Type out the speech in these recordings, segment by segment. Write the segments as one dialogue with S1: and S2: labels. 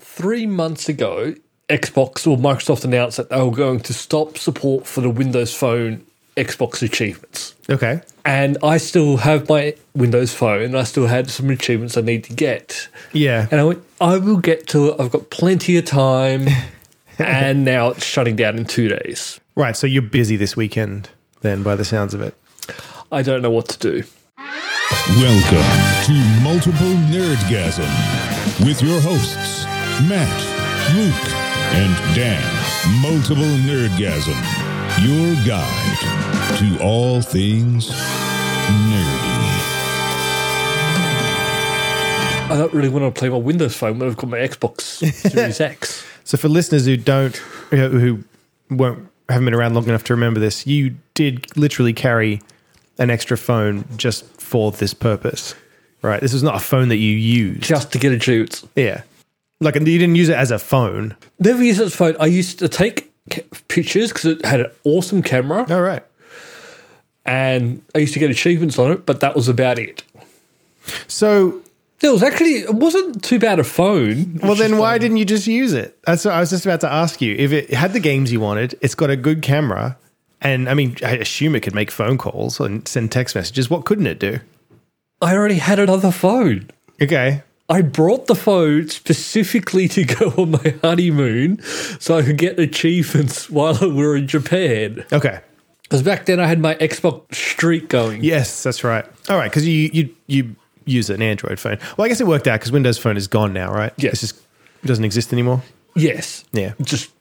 S1: three months ago, Xbox or Microsoft announced that they were going to stop support for the Windows Phone Xbox achievements.
S2: Okay.
S1: And I still have my Windows Phone, and I still had some achievements I need to get.
S2: Yeah.
S1: And I went, I will get to it. I've got plenty of time. and now it's shutting down in two days.
S2: Right. So you're busy this weekend, then, by the sounds of it.
S1: I don't know what to do.
S3: Welcome to Multiple Nerdgasm with your hosts, Matt, Luke, and Dan. Multiple Nerdgasm, your guide to all things nerdy.
S1: I don't really want to play my Windows Phone when I've got my Xbox Series X.
S2: So for listeners who don't, who won't haven't been around long enough to remember this, you did literally carry an extra phone just for this purpose, right? This is not a phone that you used.
S1: Just to get a juice.
S2: yeah. Like you didn't use it as a phone.
S1: Never used this phone. I used to take ca- pictures because it had an awesome camera
S2: All right.
S1: and I used to get achievements on it, but that was about it.
S2: So
S1: It was actually, it wasn't too bad a phone.
S2: well, then why didn't you just use it? That's what I was just about to ask you. If it had the games you wanted, it's got a good camera, and I mean, I assume it could make phone calls and send text messages. What couldn't it do?
S1: I already had another phone.
S2: Okay.
S1: I brought the phone specifically to go on my honeymoon so I could get achievements while we were in Japan.
S2: Okay.
S1: Because back then I had my Xbox streak going.
S2: Yes, that's right. All right, because you you you use an Android phone. Well, I guess it worked out because Windows Phone is gone now, right?
S1: Yes.
S2: it's just it doesn't exist anymore.
S1: Yes.
S2: Yeah.
S1: Just,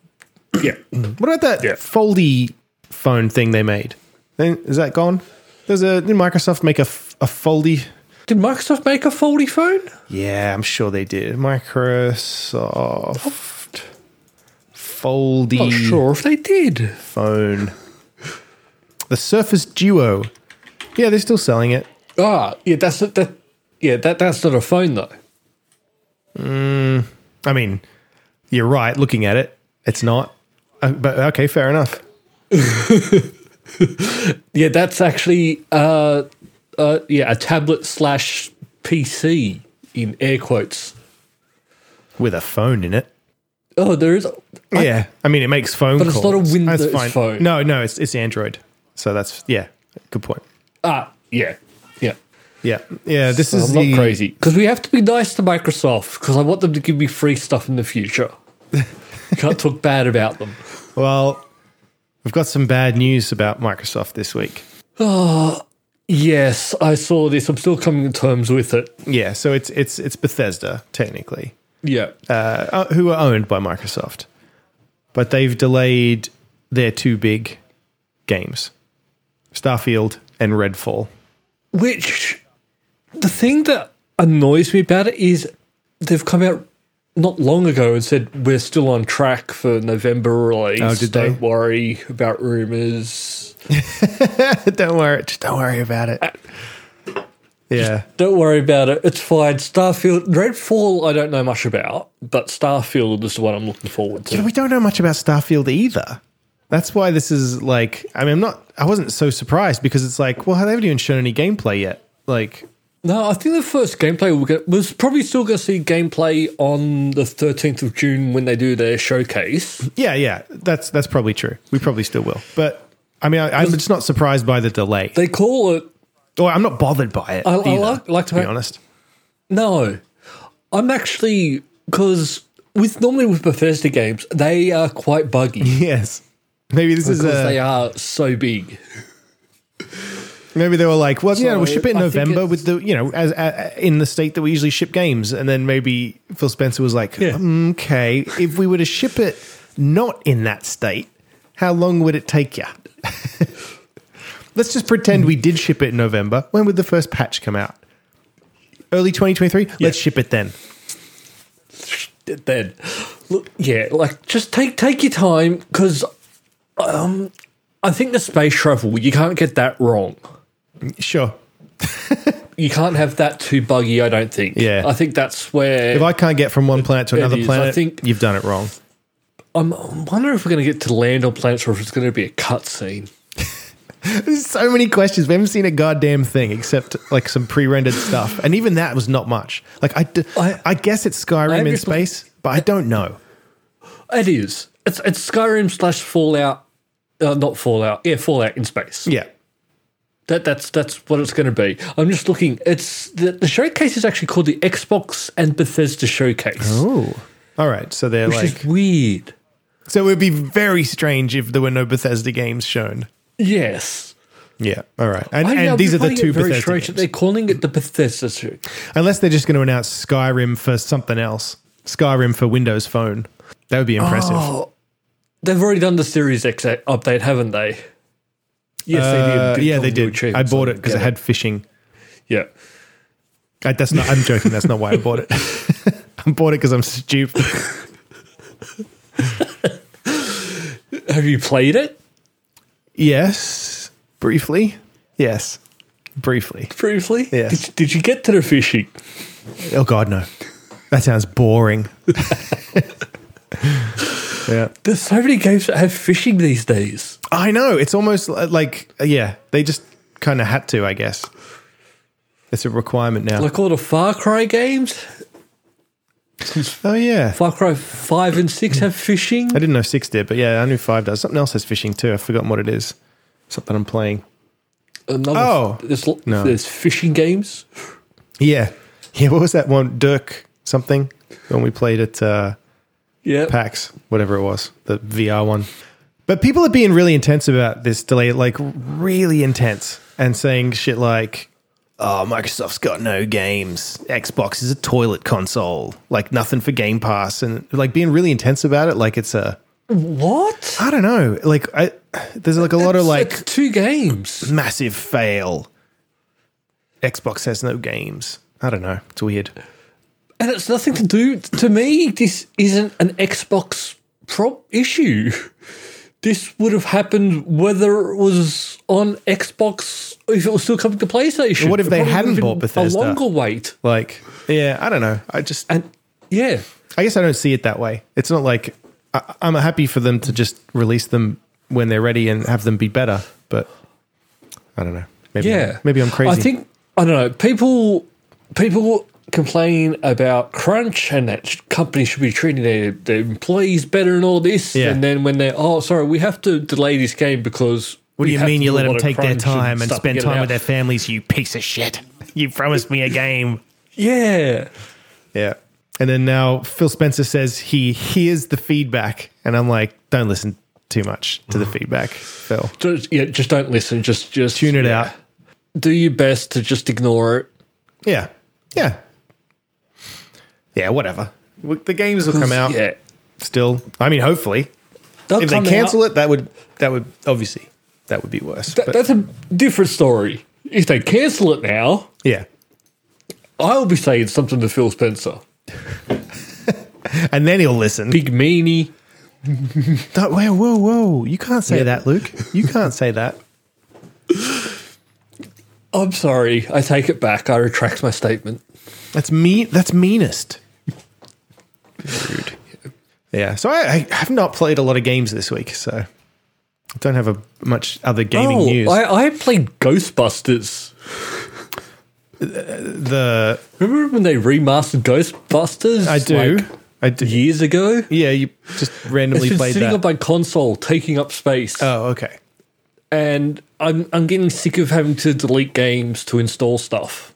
S1: yeah.
S2: What about that
S1: Yeah.
S2: foldy phone thing they made? Then is that gone? There's a did Microsoft make a, f- a foldy?
S1: Did Microsoft make a foldy phone?
S2: Yeah, I'm sure they did. Microsoft foldy
S1: Not sure if they did.
S2: phone. The Surface Duo. Yeah, they're still selling it.
S1: Ah, yeah, that's not, that. Yeah, that that's not a phone though.
S2: I mean, you're right. Looking at it, it's not. Uh, but okay, fair enough.
S1: Yeah, that's actually uh, uh, yeah, a tablet slash PC in air quotes.
S2: With a phone in it.
S1: Oh, there is.
S2: yeah, I mean, it makes phone
S1: But it's not
S2: calls.
S1: a Windows
S2: That's
S1: phone.
S2: No, no, it's it's Android. So that's yeah, good point.
S1: Ah, yeah, yeah.
S2: Yeah, yeah. This is
S1: I'm not
S2: the-
S1: crazy because we have to be nice to Microsoft because I want them to give me free stuff in the future. Can't talk bad about them.
S2: Well, we've got some bad news about Microsoft this week.
S1: Yes, I saw this. I'm still coming to terms with it.
S2: Yeah, so it's it's it's Bethesda technically,
S1: Yeah,
S2: uh, uh, who are owned by Microsoft, but they've delayed their two big games, Starfield and Redfall.
S1: Which the thing that annoys me about it is they've come out not long ago and said we're still on track for November release.
S2: Oh, did they?
S1: Don't worry about rumors.
S2: don't worry. Just don't worry about it. Yeah.
S1: Don't worry about it. It's fine. Starfield, Redfall, I don't know much about, but Starfield is the one I'm looking forward to.
S2: We don't know much about Starfield either. That's why this is like, I mean, I'm not, I wasn't so surprised because it's like, well, they haven't even shown any gameplay yet. Like,
S1: No, I think the first gameplay we're gonna, was probably still going to see gameplay on the 13th of June when they do their showcase.
S2: yeah, yeah, that's, that's probably true. We probably still will. But I mean, I, I'm just not surprised by the delay
S1: They call it
S2: or Oh, I'm not bothered by it.
S1: I
S2: either,
S1: like- like to
S2: to be
S1: make-
S2: honest.
S1: No, I'm actually because with normally with Bethesda games they are quite buggy
S2: Yes. Maybe this is uh,
S1: because they
S2: a,
S1: are so big.
S2: maybe they were like, well, yeah, we'll
S1: So,
S2: ship it in
S1: I think
S2: November
S1: it's-
S2: with the, you know, as uh, in the state that we usually ship games. And then maybe Phil Spencer was like, "Mm,
S1: Yeah.
S2: okay, if we were to ship it not in that state, how long would it take you? Let's just pretend we did ship it in November. When would the first patch come out? Early 2023? Let's ship it then.
S1: Then, look, yeah, like just take take your time because um, I think the space travel you can't get that wrong.
S2: Sure.
S1: You can't have that too buggy. I don't think.
S2: Yeah.
S1: I think that's
S2: If
S1: where
S2: I can't get from one planet to another
S1: is. I
S2: planet, I think
S1: think-
S2: you've done it wrong.
S1: I'm, I'm wondering if we're going to get to land on planets or if it's going to be a cutscene.
S2: There's so many questions. We haven't seen a goddamn thing except like some pre-rendered stuff, and even that was not much. Like I, d-
S1: I-
S2: I guess it's Skyrim
S1: I
S2: in
S1: just-
S2: space, but I don't know.
S1: It is. It's it's Skyrim slash Fallout, uh, not Fallout. Yeah, Fallout in space.
S2: Yeah.
S1: That that's that's what it's going to be. I'm just looking. It's the, the showcase is actually called the Xbox and Bethesda Showcase,
S2: Oh. All right. So they're
S1: which
S2: like.
S1: is weird.
S2: so it would be very strange if there were no Bethesda games shown.
S1: Yes.
S2: Yeah. All right. And,
S1: I
S2: and
S1: know,
S2: these are
S1: I'm
S2: the
S1: finding it
S2: two
S1: very
S2: Bethesda
S1: strange that
S2: games.
S1: They're calling it the Bethesda show.
S2: Unless they're just going to announce Skyrim for something else. Skyrim for Windows Phone. That would be impressive.
S1: Oh, They've already done the Series X update, haven't they? Yes,
S2: Uh,
S1: Good
S2: yeah, they
S1: job to
S2: did.
S1: achieve
S2: I bought
S1: so
S2: it because
S1: get
S2: it had phishing.
S1: Yeah.
S2: I, that's not. I'm joking. That's not why I bought it. I bought it because I'm stupid.
S1: Have you played it?
S2: Yes, briefly. Yes, briefly.
S1: briefly?
S2: Yes.
S1: Did, did you get to the fishing?
S2: Oh God, no. That sounds boring. yeah,
S1: There's so many games that have fishing these days.
S2: I know. It's almost li- like yeah, they just kind of had to, I guess. It's a requirement now.
S1: Like all the Far Cry games,
S2: oh yeah,
S1: Far Cry 5 and 6 have fishing.
S2: I didn't know six did, but yeah, I knew five does. Something else has fishing too. I've forgotten what it is. Something I'm playing.
S1: Another,
S2: Oh,
S1: there's, l-
S2: no.
S1: there's fishing games.
S2: Yeah, yeah. What was that one? Dirk something when we played at. Uh,
S1: Yeah.
S2: PAX, whatever it was, the VR one. But people are being really intense about this delay, like really intense, and saying shit like, oh, Microsoft's got no games. Xbox is a toilet console, like nothing for Game Pass, and like being really intense about it. Like it's a,
S1: What?
S2: I don't know, like I, there's like a lot of
S1: It's-
S2: like
S1: it's two games.
S2: massive fail. Xbox has no games. I don't know. It's weird.
S1: And it's nothing to do. To me, this isn't an Xbox prop issue. This would have happened whether it was on Xbox, if it was still coming to PlayStation.
S2: What if
S1: It
S2: they
S1: probably
S2: hadn't
S1: would have
S2: bought
S1: been
S2: Bethesda?
S1: A longer wait.
S2: Like, yeah, I don't know. I just,
S1: And yeah,
S2: I guess I don't see it that way. It's not like I, I'm happy for them to just release them when they're ready and have them be better. But I don't know. Maybe,
S1: Yeah,
S2: maybe I'm crazy.
S1: I think I don't know. People people complain about crunch and that sh- companies should be treating their, their employees better and all this.
S2: Yeah.
S1: And then when they're oh sorry, we have to delay this game because
S4: What do you mean you let them take their time and spend time with
S1: that?
S4: their families, you piece of shit? You promised me a game.
S1: Yeah,
S2: yeah. And then now Phil Spencer says he hears the feedback, and I'm like, don't listen too much to the feedback, Phil.
S1: just, yeah. Just don't listen. Just just
S2: Tune it
S1: yeah.
S2: out.
S1: Do your best to just ignore it.
S2: Yeah, yeah, yeah. Whatever. W- The games will come out.
S1: Yeah.
S2: Still, I mean, hopefully,
S1: They'll
S2: if they
S1: come
S2: cancel
S1: out.
S2: it, that would that would obviously that would be worse.
S1: Th-
S2: but-
S1: that's a different story. If they cancel it now,
S2: yeah.
S1: I'll be saying something to Phil Spencer.
S2: And then he'll listen.
S1: Big meanie.
S2: Don't, whoa, whoa, whoa. You can't say
S1: Yeah.
S2: that, Luke. You can't say that.
S1: I'm sorry. I take it back. I retract my statement.
S2: That's mean. That's meanest. Rude. Yeah. So I, I have not played a lot of games this week, so I don't have a much other gaming
S1: oh,
S2: news.
S1: I, I played Ghostbusters.
S2: the
S1: Remember when they remastered Ghostbusters?
S2: I do.
S1: like,
S2: I do.
S1: years ago.
S2: Yeah, you just
S1: It's
S2: randomly
S1: been
S2: played
S1: sitting
S2: that.
S1: on my console, taking up space,
S2: oh, okay.
S1: and I'm I'm getting sick of having to delete games to install stuff.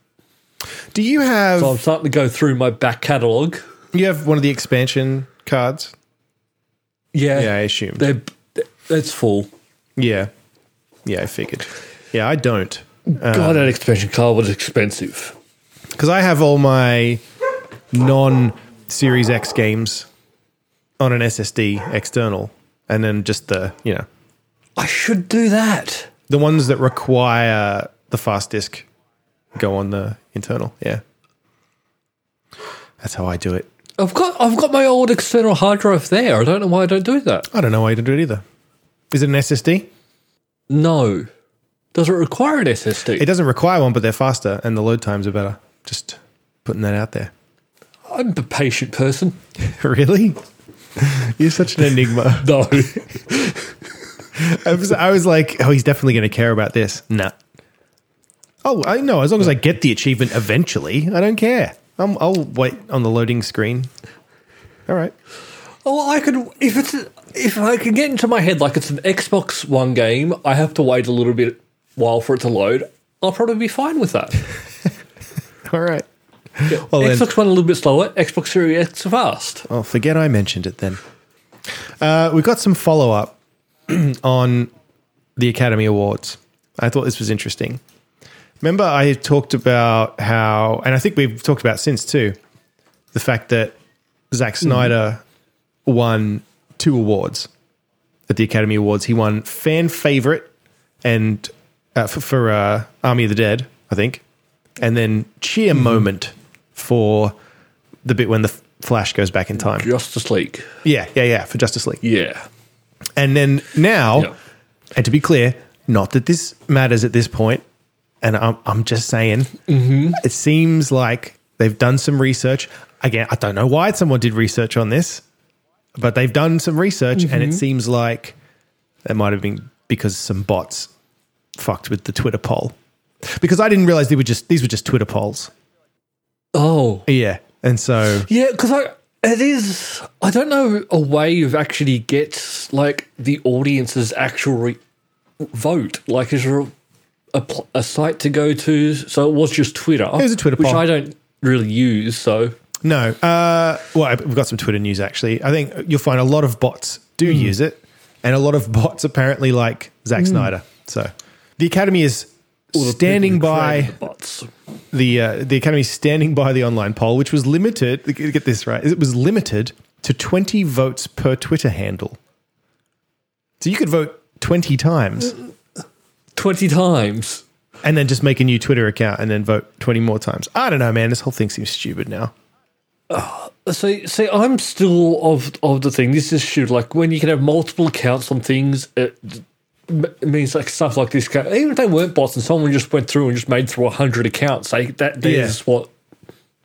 S2: Do you have
S1: So I'm starting to go through my back catalog.
S2: you have one of the expansion cards?
S1: Yeah,
S2: Yeah, I assumed.
S1: they're that's full.
S2: Yeah. Yeah, I figured. Yeah, I don't. Uh.
S1: God, that expansion card was expensive.
S2: because I have all my non Series X games on an SSD external, and then just the you know
S1: I should do that.
S2: the ones that require the fast disk go on the internal. Yeah, that's how I do it.
S1: I've got I've got my old external hard drive there. I don't know why I don't do that.
S2: I don't know why you don't do it either. Is it an SSD?
S1: No. Does it require an SSD?
S2: It doesn't require one, but they're faster and the load times are better. Just putting that out there.
S1: I'm a patient person.
S2: really? You're such an enigma.
S1: No.
S2: I was, I was like, oh, he's definitely going to care about this. Nah. Oh, I know. As long as I get the achievement eventually, I don't care. I'm, I'll wait on the loading screen. All right.
S1: Oh, I could if it's if I can get into my head like it's an Xbox One game. I have to wait a little bit while for it to load. I'll probably be fine with that.
S2: All right. then-
S1: Xbox One a little bit slower. Xbox Series X fast.
S2: I'll Oh, forget I mentioned it then. Uh, we got some follow up on the Academy Awards. I thought this was interesting. Remember, I had talked about how, and I think we've talked about since too, the fact that Zack Snyder won two awards at the Academy Awards. He won fan favorite and uh, for, for uh, Army of the Dead, I think, and then cheer moment for the bit when the Flash goes back in time.
S1: Justice League.
S2: Yeah, yeah, yeah, for Justice League.
S1: Yeah.
S2: And then now,
S1: Yeah.
S2: and to be clear, not that this matters at this point, and I'm, I'm just saying, it seems like they've done some research. Again, I don't know why someone did research on this, but they've done some research, and it seems like it might have been because some bots fucked with the Twitter poll. Because I didn't realize they were just these were just Twitter polls.
S1: Oh.
S2: Yeah, and so
S1: Yeah, because I it is. I don't know a way of actually get like the audience's actual re- vote. Like, is there a, a pl- a site to go to? So it was just Twitter. It
S2: was a Twitter
S1: which
S2: poll.
S1: I don't really use. So
S2: No. Uh, well, we've got some Twitter news actually. I think you'll find a lot of bots do use it, and a lot of bots apparently like Zack Snyder. So the Academy is standing by
S1: the bots.
S2: the uh, the Academy is standing by the online poll, which was limited. Get this right. It was limited to twenty votes per Twitter handle. So you could vote twenty times,
S1: twenty times.
S2: and then just make a new Twitter account, and then vote twenty more times. I don't know, man. This whole thing seems stupid now.
S1: So, see, I'm still of of the thing. This is shoot like when you can have multiple accounts on things. It, m- means like stuff like this. can- Even if they weren't bots, and someone just went through and just made through hundred accounts, they, that
S2: Yeah.
S1: there's what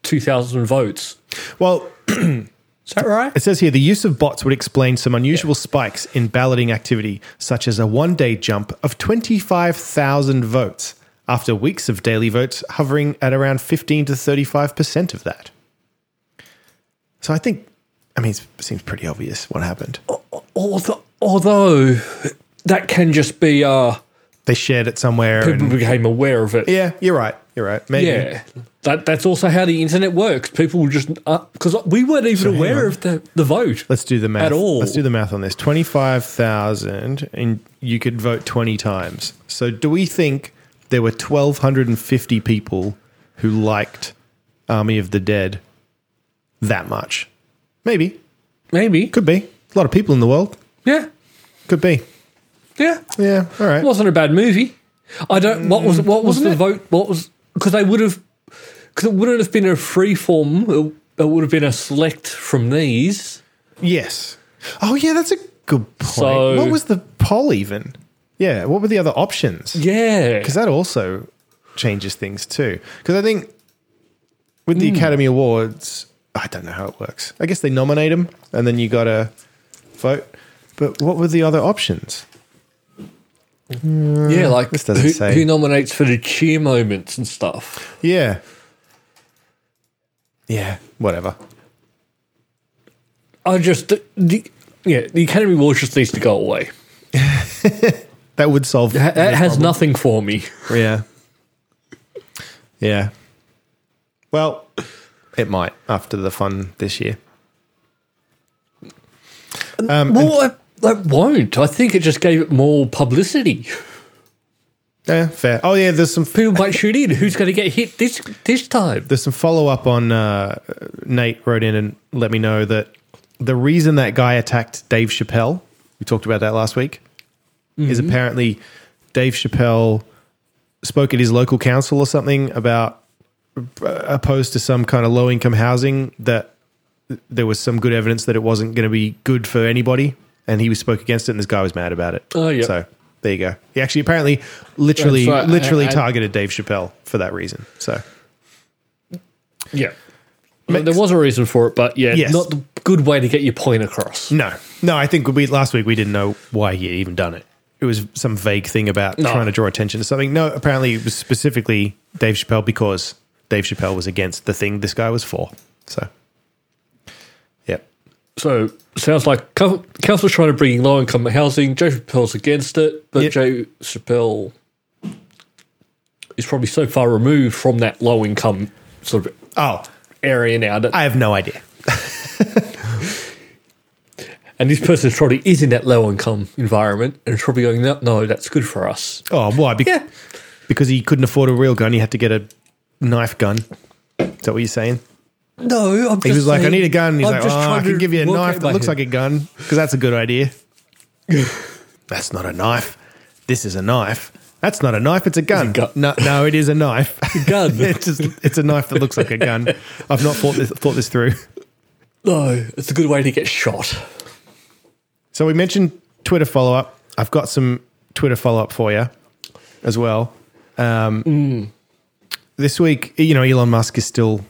S1: two thousand votes.
S2: Well,
S1: Is that right?
S2: It says here the use of bots would explain some unusual spikes in balloting activity, such as a one day jump of 25,000 votes after weeks of daily votes hovering at around 15 to 35% of that. So I think, I mean, it's- it seems pretty obvious what happened.
S1: Although, although that can just be uh,
S2: They shared it somewhere.
S1: people
S2: And,
S1: became aware of it.
S2: yeah, you're right. You're right. Maybe.
S1: Yeah. That that's also how the internet works. People just because we weren't even aware of the the vote.
S2: Let's do the math.
S1: At all.
S2: Let's do the math on this. 25,000 and you could vote 20 times. So do we think there were 1,250 people who liked Army of the Dead that much? Maybe.
S1: Maybe.
S2: Could be. A lot of people in the world.
S1: Yeah.
S2: Could be.
S1: Yeah.
S2: Yeah. All right.
S1: It wasn't a bad movie. I don't. What
S2: Mm,
S1: was what was the vote? What was because they would have because it wouldn't have been a free form. It, it would have been a select from these.
S2: yes. Oh, yeah. That's a good point.
S1: So-
S2: what was the poll even? Yeah. What were the other options?
S1: Yeah.
S2: because that also changes things too. Because I think with the Academy Awards, I don't know how it works. I guess they nominate them and then you got to vote. But what were the other options?
S1: Yeah. Like
S2: Mm, This doesn't
S1: who,
S2: say.
S1: who nominates for the cheer moments and stuff.
S2: Yeah, yeah, whatever.
S1: I just the, the yeah the Academy Awards just needs to go away.
S2: That would solve.
S1: It has nothing for me.
S2: yeah, yeah. Well, it might after the fun this year. Um,
S1: well, it, it won't. I think it just gave it more publicity.
S2: Yeah, fair. Oh yeah, there's some
S1: People might shoot in. Who's going to get hit this this time?
S2: there's some follow up on uh, Nate wrote in and let me know that the reason that guy attacked Dave Chappelle, we talked about that last week, is
S1: Mm-hmm.
S2: apparently Dave Chappelle spoke at his local council or something about uh, opposed to some kind of low income housing that there was some good evidence that it wasn't going to be good for anybody, and he spoke against it, and this guy was mad about it.
S1: Oh, yeah.
S2: So there you go. He actually apparently literally
S1: That's right.
S2: literally
S1: I- I-
S2: targeted Dave Chappelle for that reason. So.
S1: Yeah. there was a reason for it, but yeah,
S2: Yes.
S1: not the good way to get your point across.
S2: No, no. I think we last week we didn't know why he had even done it. It was some vague thing about
S1: No.
S2: trying to draw attention to something. No, apparently it was specifically Dave Chappelle because Dave Chappelle was against the thing this guy was for. So, yep.
S1: So sounds like co- council's trying to bring low income housing. Joe Chappelle's against it, but
S2: Yep.
S1: Joe Chappelle is probably so far removed from that low income sort of
S2: Oh,
S1: area now that,
S2: I have no idea.
S1: and this person probably is in that low income environment and is probably going, no, no, that's good for us.
S2: Oh, why? Be-
S1: Yeah.
S2: Because he couldn't afford a real gun, he had to get a knife gun. Is that what you're saying?
S1: No, I'm
S2: He
S1: just
S2: was like, I
S1: saying-
S2: need a gun. He's
S1: I'm
S2: like,
S1: just
S2: oh, I
S1: trying
S2: can
S1: to
S2: give you a
S1: work
S2: knife
S1: out
S2: that
S1: my
S2: looks
S1: head."
S2: like a gun because that's a good idea. that's not a knife. This is a knife. That's not a knife. It's a gun.
S1: gun.
S2: No, no, it is a knife.
S1: gun.
S2: it's, just, it's a knife that looks like a gun. I've not thought this, thought this through.
S1: No, it's a good way to get shot.
S2: So we mentioned Twitter follow up. I've got some Twitter follow up for you as well. Um, This week, you know, Elon Musk is still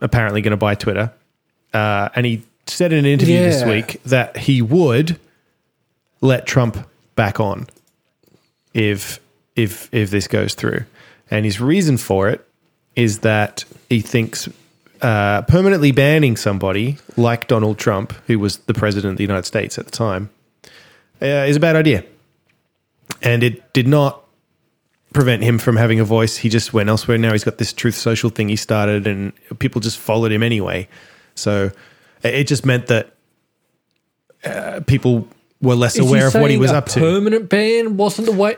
S2: apparently going to buy Twitter. Uh, and he said in an interview this
S1: Yeah.
S2: week that he would let Trump back on if if if this goes through. And his reason for it is that he thinks uh, permanently banning somebody like Donald Trump, who was the president of the United States at the time, uh, is a bad idea. And it did not prevent him from having a voice. He just went elsewhere. Now he's got this Truth Social thing he started, and people just followed him anyway. So it it just meant that uh, people were less
S1: Is he
S2: aware of what he
S1: saying
S2: was
S1: a
S2: up to.
S1: Permanent ban wasn't the way.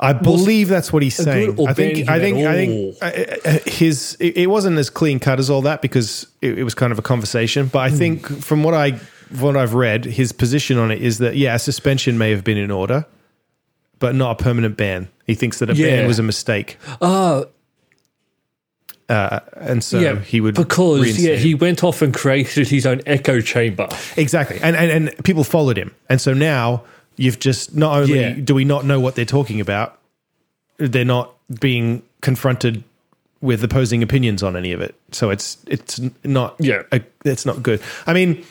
S2: I believe that's what he's saying.
S1: or
S2: I think.
S1: banned
S2: I
S1: him
S2: think.
S1: at
S2: I think. I- I- I- His. It, it wasn't as clean cut as all that because it, it was kind of a conversation. But I
S1: Hmm.
S2: think from what I what I've read, his position on it is that yeah, a suspension may have been in order, but not a permanent ban. He thinks that a ban
S1: Yeah.
S2: was a mistake, Uh,
S1: Oh,
S2: and so
S1: yeah,
S2: he would
S1: because
S2: reinstate
S1: yeah,
S2: it.
S1: he went off and created his own echo chamber.
S2: Exactly. And, and and people followed him. And so now you've just not only
S1: Yeah.
S2: do we not know what they're talking about, they're not being confronted with opposing opinions on any of it. So it's it's not
S1: Yeah.
S2: a, it's not good. I mean,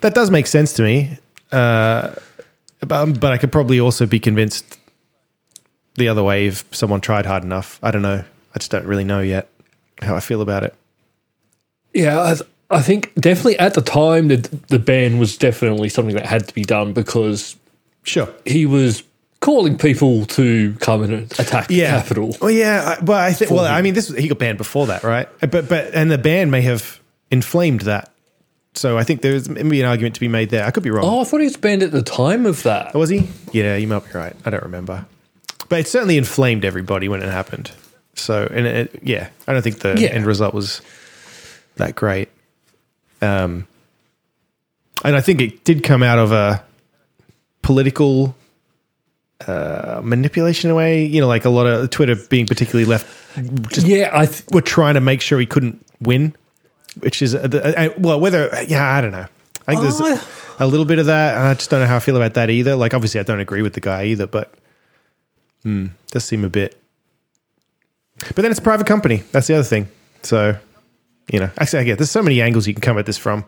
S2: that does make sense to me. Uh but, but I could probably also be convinced the other way if someone tried hard enough. I don't know. I just don't really know yet how I feel about it.
S1: Yeah, I, th- I think definitely at the time the the ban was definitely something that had to be done because
S2: Sure.
S1: he was calling people to come and attack the capital.
S2: Well, yeah, I- but I think. Well, I mean, this he got banned before that, right? But but and the ban may have inflamed that. So I think there's maybe an argument to be made there. I could be wrong. Oh,
S1: Oh, I thought he was banned at the time of that.
S2: Was he? Yeah, you might be right. I don't remember. But it certainly inflamed everybody when it happened. So and it, yeah, I don't think the
S1: Yeah.
S2: end result was that great. Um, and I think it did come out of a political uh, manipulation in a way. You know, like a lot of Twitter being particularly left
S1: yeah, I th-
S2: were trying to make sure he couldn't win, which is uh, the- uh, well, whether yeah, I don't know. I
S1: Oh,
S2: think there's a little bit of that, and I just don't know how I feel about that either. Like, obviously, I don't agree with the guy either, but hmm, does seem a bit. But then it's a private company. That's the other thing. So, you know, actually, I get there's so many angles you can come at this from.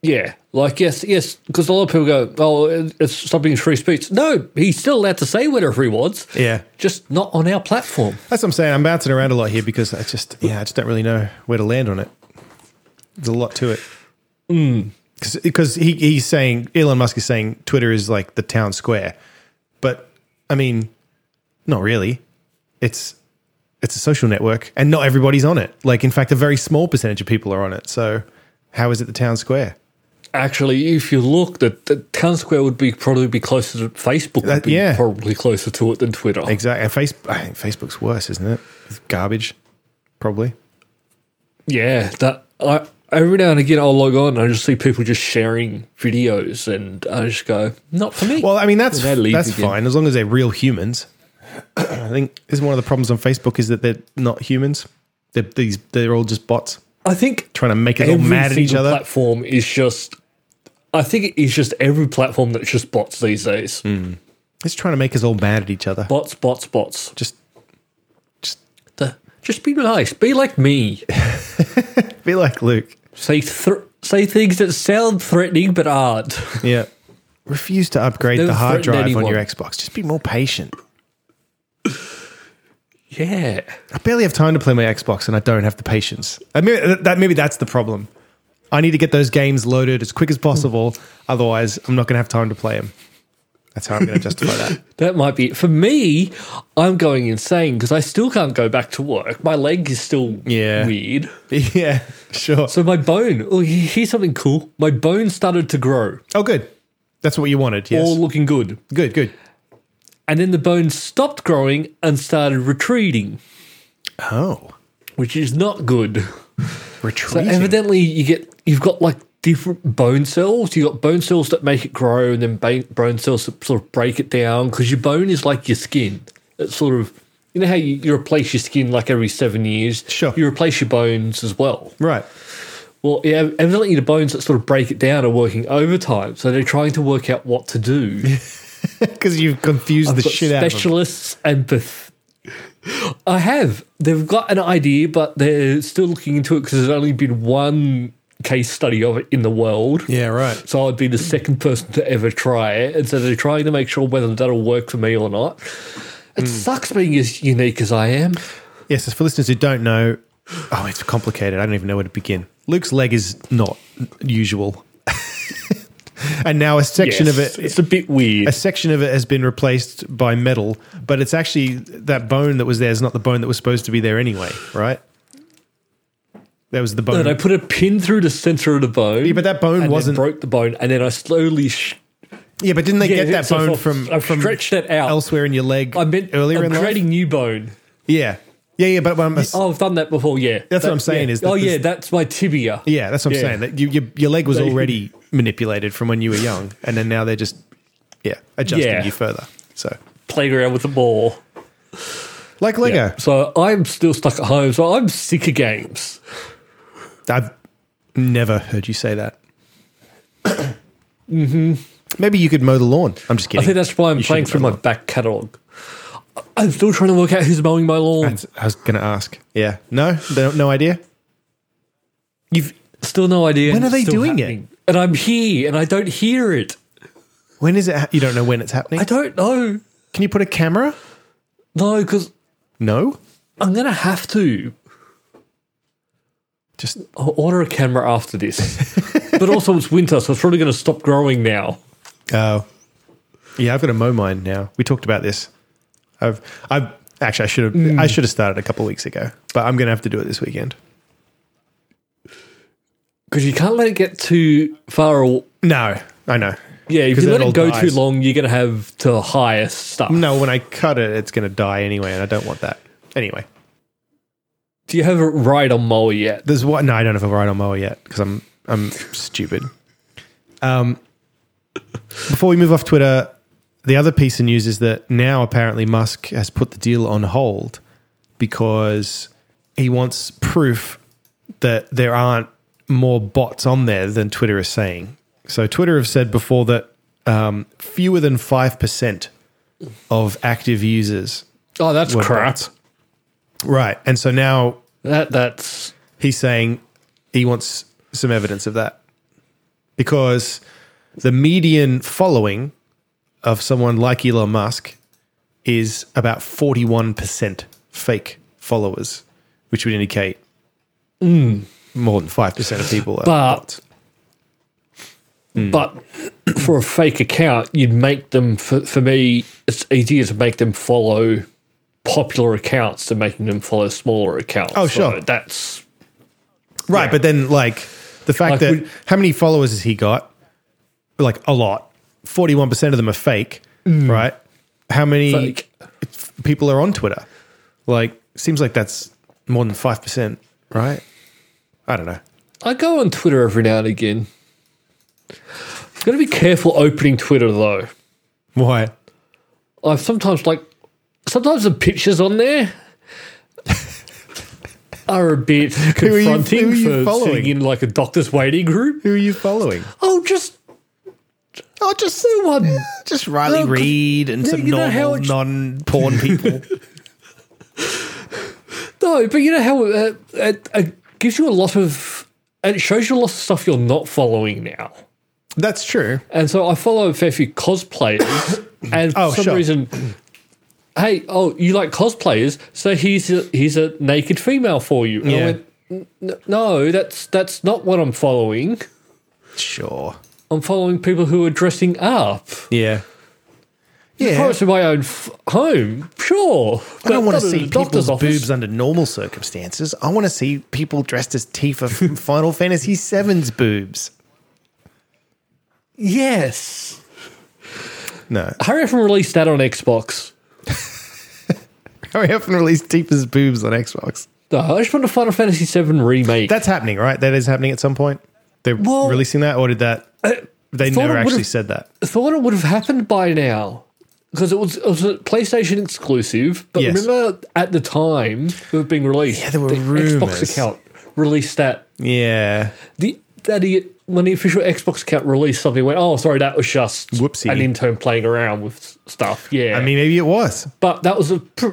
S1: yeah, like yes, yes, because a lot of people go, oh, it- it's stopping free speech. No, he's still allowed to say whatever he wants.
S2: Yeah,
S1: just not on our platform.
S2: that's what I'm saying. I'm bouncing around a lot here because I just yeah, I just don't really know where to land on it. There's a lot to it. because he, he's saying Elon Musk is saying Twitter is like the town square, but I mean, not really. It's it's a social network, and not everybody's on it. Like, in fact, a very small percentage of people are on it. So, how is it the town square?
S1: Actually, if you look, the, the town square would be probably be closer to Facebook.
S2: That-
S1: would be
S2: yeah.
S1: probably closer to it than Twitter.
S2: Exactly. And face, I think Facebook's worse, isn't it? It's garbage, probably.
S1: Yeah, that I every now and again I'll log on and I just see people just sharing videos, and I just go, not for me.
S2: Well, I mean, that's
S1: That leads
S2: that's
S1: again.
S2: fine as long as they're real humans. I think isn't one of the problems on Facebook is that they're not humans. They're, these they're all just bots
S1: I think
S2: trying to make us all
S1: every
S2: mad at each
S1: single
S2: other.
S1: Platform is just. I think it's just every platform that's just bots these days.
S2: It's trying to make us all mad at each other.
S1: Bots, bots, bots.
S2: Just
S1: The- Just be nice. Be like me.
S2: be like Luke.
S1: say thr say things that sound threatening but aren't.
S2: Yeah. Refuse to upgrade
S1: Never
S2: the hard drive
S1: threatened
S2: on your
S1: anyone.
S2: Xbox. Just be more patient.
S1: yeah.
S2: Uh, I barely have time to play my Xbox, and I don't have the patience. I mean, that maybe that's the problem. I need to get those games loaded as quick as possible. Otherwise, I'm not going to have time to play them. That's how I'm going to justify that.
S1: That might be it. For me, I'm going insane because I still can't go back to work. My leg is still
S2: Yeah.
S1: weird.
S2: Yeah, sure.
S1: So my bone, oh, he- here's something cool. My bone started to grow,
S2: oh, good. That's what you wanted. Yes.
S1: all looking good.
S2: good, good.
S1: And then the bone stopped growing and started retreating,
S2: Oh,
S1: which is not good. So
S2: retreating.
S1: evidently you get you've got like different bone cells. You got bone cells that make it grow, and then ba- bone cells that sort of break it down because your bone is like your skin. It's sort of you know how you, you replace your skin like every seven years.
S2: Sure.
S1: you replace your bones as well.
S2: right.
S1: Well, yeah, evidently the bones that sort of break it down are working overtime, so they're trying to work out what to do.
S2: Because you've confused the
S1: But
S2: shit out of them.
S1: specialists and path- I have. They've got an idea, but they're still looking into it because there's only been one case study of it in the world.
S2: Yeah, right.
S1: So I'd be the second person to ever try it, and so they're trying to make sure whether that'll work for me or not.
S2: Hmm.
S1: It sucks being as unique as I am.
S2: Yes, as for listeners who don't know, oh, it's complicated. I don't even know where to begin. Luke's leg is not usual. and now a section
S1: Yes,
S2: of it
S1: It's a bit weird.
S2: a section of it has been replaced by metal, but it's actually that bone that was there is not the bone that was supposed to be there anyway, right? That was the bone.
S1: And I put a pin through the center of the bone.
S2: yeah, but that bone
S1: and
S2: wasn't.
S1: then broke the bone, and then I slowly sh-
S2: yeah, but didn't they
S1: yeah,
S2: get that
S1: so
S2: bone
S1: I-
S2: from,
S1: I
S2: from
S1: stretched it out.
S2: elsewhere in your leg
S1: I meant
S2: earlier
S1: I'm
S2: in life?
S1: creating new bone.
S2: Yeah. Yeah, yeah, but um,
S1: Oh, I've done that before. Yeah,
S2: That's what
S1: That-
S2: I'm saying
S1: yeah.
S2: is that
S1: oh
S2: this-
S1: yeah, that's my tibia.
S2: yeah, that's what I'm
S1: Yeah.
S2: saying. That you, your, your leg was
S1: They-
S2: already manipulated from when you were young, and then now they're just yeah adjusting
S1: Yeah.
S2: you further. So
S1: playground with a ball.
S2: like Lego,
S1: So I'm still stuck at home. So I'm sick of games.
S2: I've never heard you say that. mm-hmm. Maybe you could mow the lawn. I'm just
S1: I
S2: kidding.
S1: think that's why I'm playing
S2: shouldn't
S1: through
S2: mow
S1: my
S2: the
S1: back catalogue. I- I'm still trying to work out who's mowing my lawn.
S2: That's- I was going to ask. Yeah. No. They don't- No idea. You've.
S1: Still no idea.
S2: When
S1: and
S2: are
S1: it's
S2: they
S1: still
S2: doing it?
S1: happening. And I'm here, and I don't hear it.
S2: When is it? Ha- you don't know when it's happening.
S1: I don't know.
S2: Can you put a camera?
S1: No, because
S2: No.
S1: I'm gonna have to.
S2: Just
S1: I'll order a camera after this. but also, it's winter, so it's probably gonna stop growing now.
S2: Oh, yeah. I've got a mow mine now. We talked about this. I've, I've actually, I should have, I should have started a couple of weeks ago, but I'm going to have to do it this weekend.
S1: Because you can't let it get too far. aw-
S2: No, I know.
S1: Yeah, if
S2: 'Cause
S1: you
S2: then
S1: let
S2: it'll
S1: it go
S2: die.
S1: too long, you're gonna have to hire stuff.
S2: No, when I cut it, it's going to die anyway, and I don't want that. Anyway,
S1: Do you have it right on mower yet?
S2: there's one. No, I don't have a ride on mower yet because I'm, I'm stupid. Um, before we move off Twitter, the other piece of news is that now apparently Musk has put the deal on hold because he wants proof that there aren't more bots on there than Twitter is saying. So Twitter have said before that um, fewer than five percent of active users
S1: Oh, that's
S2: were
S1: crap.
S2: bots. Right, and so now
S1: That that's
S2: he's saying he wants some evidence of that because the median following of someone like Elon Musk is about 41% fake followers, which would indicate mm, more than 5% of people are
S1: But-
S2: bots. Hmm.
S1: but for a fake account, you'd make them for for me. It's easier to make them follow popular accounts than making them follow smaller accounts.
S2: Oh,
S1: So
S2: sure.
S1: that's
S2: Right, but then like the fact
S1: Like,
S2: that
S1: would-
S2: how many followers has he got? Like a lot. 41% of them are fake, right? How many
S1: Fake.
S2: people are on Twitter? Like seems like that's more than 5%, right? I don't know.
S1: I go on Twitter every now and again. You've got to be careful opening Twitter though.
S2: Why?
S1: I've sometimes like sometimes the pictures on there are a bit
S2: are you-
S1: confronting
S2: who are you
S1: for
S2: following?
S1: sitting in like a doctor's waiting group.
S2: Who are you following?
S1: Oh, just
S2: Oh, just
S1: one.
S2: just Riley
S1: Oh, c-
S2: Reid and
S1: you know how it's-
S2: non-porn people.
S1: No, but you know how uh, it, it gives you a lot of. It shows you a lot of stuff you're not following now.
S2: that's true.
S1: And so I follow a fair few cosplayers, and for
S2: Oh,
S1: some
S2: sure.
S1: reason, hey, oh, you like cosplayers, so here's a, here's a naked female for you. And I
S2: Yeah.
S1: went, N- No, that's that's not what I'm following.
S2: Sure.
S1: I'm following people who are dressing up.
S2: Yeah. Yeah.
S1: Close to my own f- home, sure.
S2: I don't want to see people's
S1: doctor's office.
S2: boobs under normal circumstances. I want to see people dressed as Tifa from Final Fantasy VII's boobs.
S1: Yes.
S2: No.
S1: Hurry up and release that on Xbox.
S2: Hurry up and release Tifa's boobs on Xbox.
S1: No, I just want a Final Fantasy VII remake.
S2: That's happening, right? That is happening at some point. They're
S1: Well- uh,
S2: releasing that, or did that? They
S1: thought
S2: never
S1: it
S2: actually
S1: would've-
S2: said that.
S1: I thought it would have happened by now because it was, it was a PlayStation exclusive. But
S2: Yes.
S1: remember at the time of being released,
S2: Yeah, there were
S1: the
S2: rumours.
S1: Xbox account released that
S2: Yeah.
S1: the that idiot when the official Xbox account released something went, oh sorry, that was just
S2: Whoopsie.
S1: an intern playing around with s- stuff. Yeah,
S2: I mean, maybe it was.
S1: but that was a. Pr-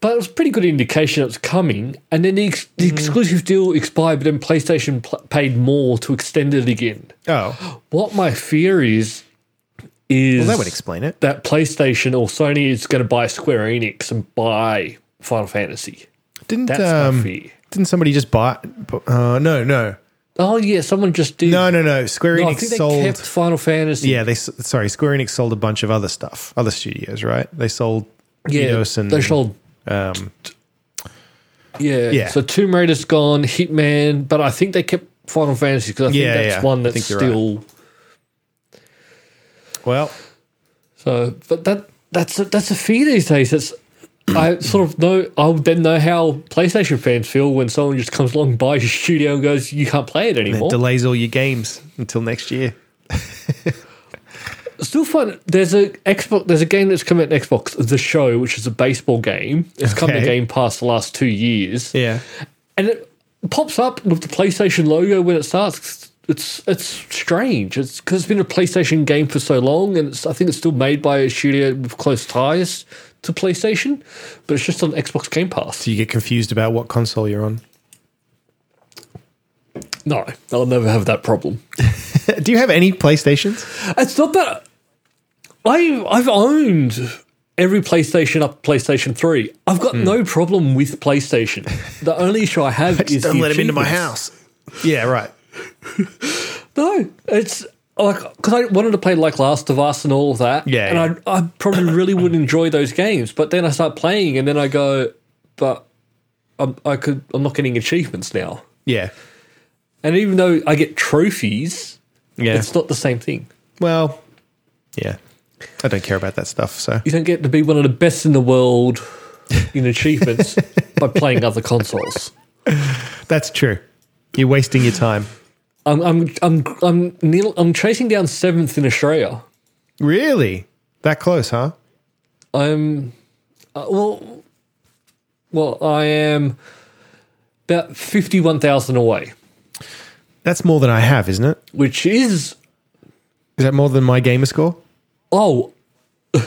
S1: but it was a pretty good indication it was coming, and then the, ex- the
S2: Mm.
S1: exclusive deal expired, but then PlayStation pl- paid more to extend it again.
S2: Oh,
S1: What my fear is is
S2: well, that would explain it.
S1: that PlayStation or Sony is going to buy Square Enix and buy Final Fantasy.
S2: Didn't
S1: That's my
S2: um,
S1: fear.
S2: didn't somebody just buy? Uh, no, no,
S1: Oh yeah, someone just did.
S2: no, no, no. Square
S1: No, I
S2: Enix
S1: think they
S2: sold.
S1: kept Final Fantasy.
S2: Yeah, they s- sorry. Square Enix sold a bunch of other stuff, other studios, right? They sold
S1: yeah,
S2: Eidos and
S1: they sold.
S2: um,
S1: Yeah,
S2: Yeah.
S1: So Tomb Raider's gone, Hitman, but I think they kept Final Fantasy because I think
S2: Yeah,
S1: that's
S2: yeah, I
S1: one that's
S2: think you're right.
S1: still.
S2: Well,
S1: So, but that that's a, that's a fear these days. That's I sort of know. I'll then know how PlayStation fans feel when someone just comes along, buys your studio, and goes, "You can't play it
S2: it
S1: anymore."
S2: delays all your games until next year.
S1: Still fun. There's a Xbox. There's a game that's come out on Xbox, The Show, which is a baseball game. It's come to
S2: Okay.
S1: Game Pass the last two years,
S2: Yeah.
S1: and it pops up with the PlayStation logo when it starts. It's it's strange. It's because it's been a PlayStation game for so long, and it's, I think it's still made by a studio with close ties to PlayStation, but it's just on Xbox Game Pass.
S2: Do you get confused about what console you're on?
S1: No, I'll never have that problem.
S2: Do you have any PlayStations?
S1: It's not that I I've owned every PlayStation up to PlayStation Three. I've got no problem with PlayStation. The only issue I have is the achievements.
S2: Yeah, right.
S1: No, it's like because I wanted to play like Last of Us and all of that.
S2: Yeah,
S1: and I, I probably really would enjoy those games, but then I start playing and then I go, but I'm, I could I'm not getting achievements now.
S2: Yeah.
S1: And even though I get trophies,
S2: Yeah.
S1: it's not the same thing.
S2: well, yeah. I don't care about that stuff, so.
S1: You don't get to be one of the best in the world in achievements by playing other consoles.
S2: That's true. You're wasting your time.
S1: I'm I'm I'm I'm near, I'm chasing down seventh in Australia.
S2: Really? That close, huh?
S1: I'm uh, well, well, I am about fifty-one thousand away,
S2: That's more than I have, isn't it?
S1: which is
S2: Is that more than my gamer score?
S1: oh,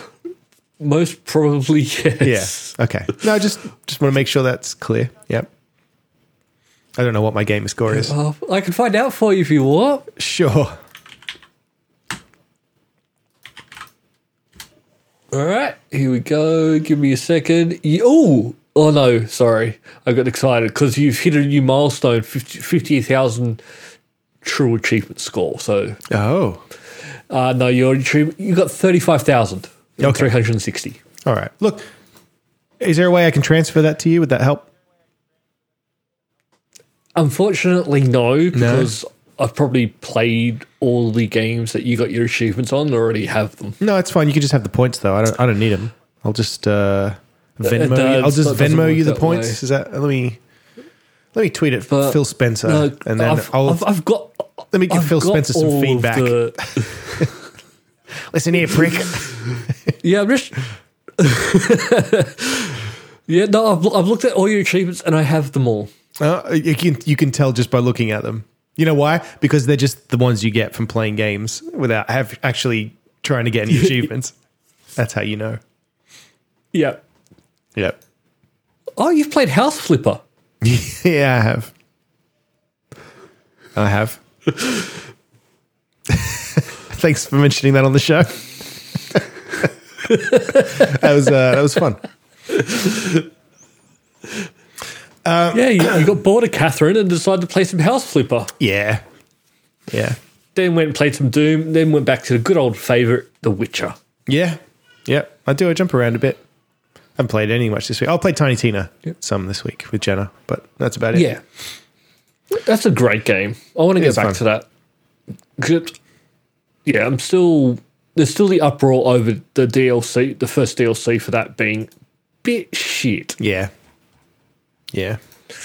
S1: most probably yes.
S2: Yeah. Okay. No, just just want to make sure that's clear. Yep. I don't know what my gamer score is.
S1: Uh, I can find out for you if you want.
S2: Sure.
S1: All right, here we go. Give me a second. Ye- Oh, oh no, sorry. I got excited because you've hit a new milestone 50 50,000 true achievement score. So,
S2: Oh.
S1: uh, no, your achievement, you got 35,000.
S2: Okay.
S1: 360.
S2: All right. Look, is there a way I can transfer that to you? Would that help?
S1: Unfortunately, no, because I've probably played all the games that you got your achievements on and already have them.
S2: No, it's fine. You can just have the points though. I don't. I don't need them. I'll just uh, Venmo.
S1: it
S2: you. I'll
S1: does-
S2: just
S1: that doesn't
S2: Venmo you
S1: work
S2: the
S1: that
S2: points.
S1: way.
S2: Is that? Let me. Let me tweet it,
S1: But-
S2: Phil Spencer,
S1: No,
S2: and then
S1: I've,
S2: I'll
S1: I've, I've got.
S2: let me give
S1: I've
S2: Phil
S1: got
S2: Spencer
S1: all
S2: some
S1: of
S2: feedback.
S1: the-
S2: Listen here, prick.
S1: Yeah, I'm just. yeah, no, I've, I've looked at all your achievements and I have them all.
S2: Uh, you can you can tell just by looking at them. You know why? Because they're just the ones you get from playing games without have actually trying to get any achievements. That's how you know.
S1: Yeah.
S2: Yep.
S1: Oh, you've played House Flipper.
S2: yeah, I have. I have. Thanks for mentioning that on the show. that was uh, that was fun.
S1: yeah, you, you got bored of Catherine and decided to play some House Flipper.
S2: Yeah. Yeah.
S1: Then went and played some Doom. Then went back to the good old favorite, The Witcher.
S2: Yeah. Yeah. I do. I jump around a bit. I haven't played any much this week. I'll play Tiny Tina some this week with Jenna, but that's about it.
S1: Yeah, that's a great game. I want to get
S2: It's
S1: back
S2: fun.
S1: to that. Good. Yeah, I'm still there's still the uproar over the DLC, the first DLC for that being bit shit.
S2: Yeah. Yeah.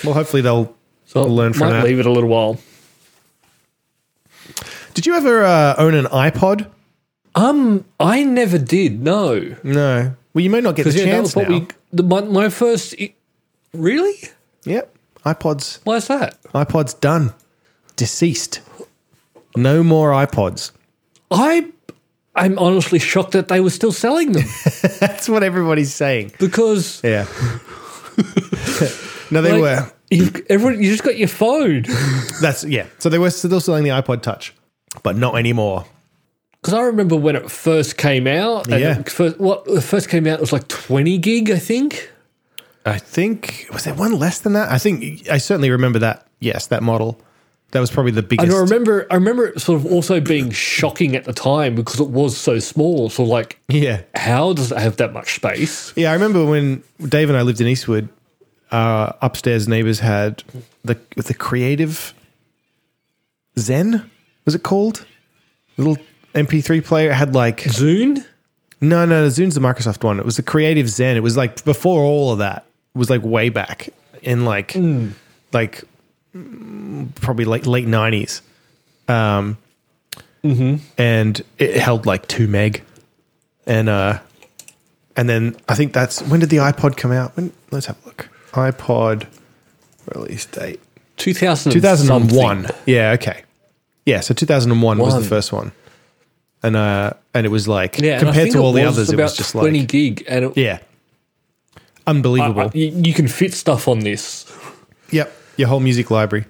S2: Well, hopefully they'll.
S1: So
S2: I'll learn from
S1: might
S2: that.
S1: leave it a little while.
S2: Did you ever uh, own an iPod?
S1: Um, I never did. No,
S2: No. Well, you may not get the
S1: because yeah, that was
S2: chance
S1: what
S2: now.
S1: we. The, my, my first. i- Really?
S2: Yep. iPods.
S1: Why's that?
S2: iPods done. Deceased. No more iPods.
S1: I. I'm honestly shocked that they were still selling them
S2: That's what everybody's saying.
S1: because
S2: Yeah. no, they
S1: like,
S2: were.
S1: you've, everyone you just got your phone.
S2: That's yeah. So they were still selling the iPod Touch, but not anymore.
S1: because I remember when it first came out. And
S2: Yeah.
S1: it first, what it first came out was like twenty gig, I think.
S2: I think was there one less than that? I think I certainly remember that. Yes, that model. That was probably the biggest.
S1: And I remember, I remember it sort of also being shocking at the time because it was so small. So like,
S2: yeah,
S1: how does it have that much space?
S2: yeah. I remember when Dave and I lived in Eastwood. Our upstairs neighbors had the was the creative Zen. Was it called? Little MP3 player It had like
S1: Zune.
S2: No, no, no. Zune's the Microsoft one. It was the Creative Zen. It was like before all of that. It was like way back in like
S1: Mm. Hmm.
S2: like mm, probably late late nineties. Um,
S1: Mm-hmm.
S2: and it held like two meg, and uh, and then I think that's when did the iPod come out? When, let's have a look. iPod release date
S1: Two thousand.
S2: two thousand and one. Yeah, okay. Yeah, so two thousand and one was the
S1: One.
S2: first one, and uh, and it was like
S1: Yeah, and I
S2: compared
S1: think
S2: to all the
S1: was
S2: others, it
S1: about
S2: was just
S1: twenty
S2: like
S1: gig, and it,
S2: yeah,
S1: I- I-
S2: unbelievable.
S1: you, you can fit stuff on this.
S2: yep, your whole music library.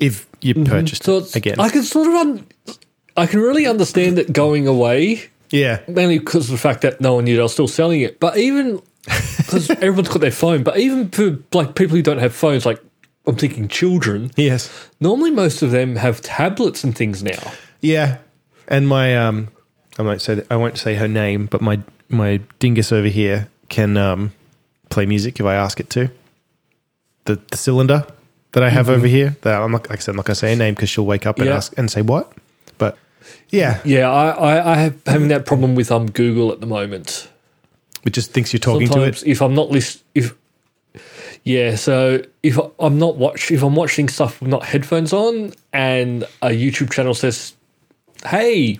S2: If you purchased
S1: Mm-hmm. So
S2: it
S1: it's,
S2: again,
S1: I can sort of, un, I can really understand it going away
S2: yeah,
S1: mainly because of the fact that no one knew they were still selling it. But even because everyone's got their phone, but even for like people who don't have phones, like I'm thinking children,
S2: yes,
S1: normally most of them have tablets and things now.
S2: yeah. And my um, I might say I won't say her name, but my my dingus over here can um play music if I ask it to. The the cylinder that I have over here, that I'm not like I said, I'm not gonna say her name because she'll wake up and
S1: Mm-hmm. Yeah.
S2: ask and say what, but yeah,
S1: Yeah, I, I, I have having that problem with um Google at the moment.
S2: it just thinks you're talking
S1: Sometimes
S2: to it.
S1: if I'm not list if yeah, so if I- I'm not watch if I'm watching stuff with not headphones on and a YouTube channel says, "Hey,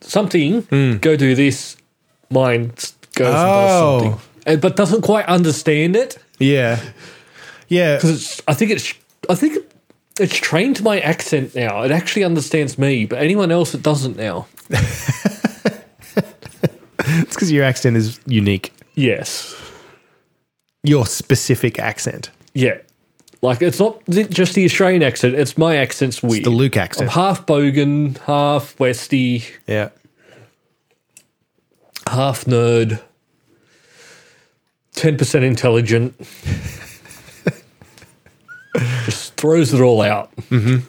S1: something,
S2: Hmm.
S1: go do this," mine s- goes
S2: Oh.
S1: and does something, and, but doesn't quite understand it
S2: Yeah, yeah,
S1: because I think it's I think it's trained to my accent now. It actually understands me, but anyone else it doesn't now.
S2: it's because your accent is unique,
S1: Yes,
S2: your specific accent,
S1: yeah. Like it's not th- just the Australian accent; it's my accent's weird.
S2: the Luke
S1: I'm
S2: accent.
S1: half Bogan, half Westy,
S2: yeah,
S1: half nerd, 10% intelligent. just throws it all out. I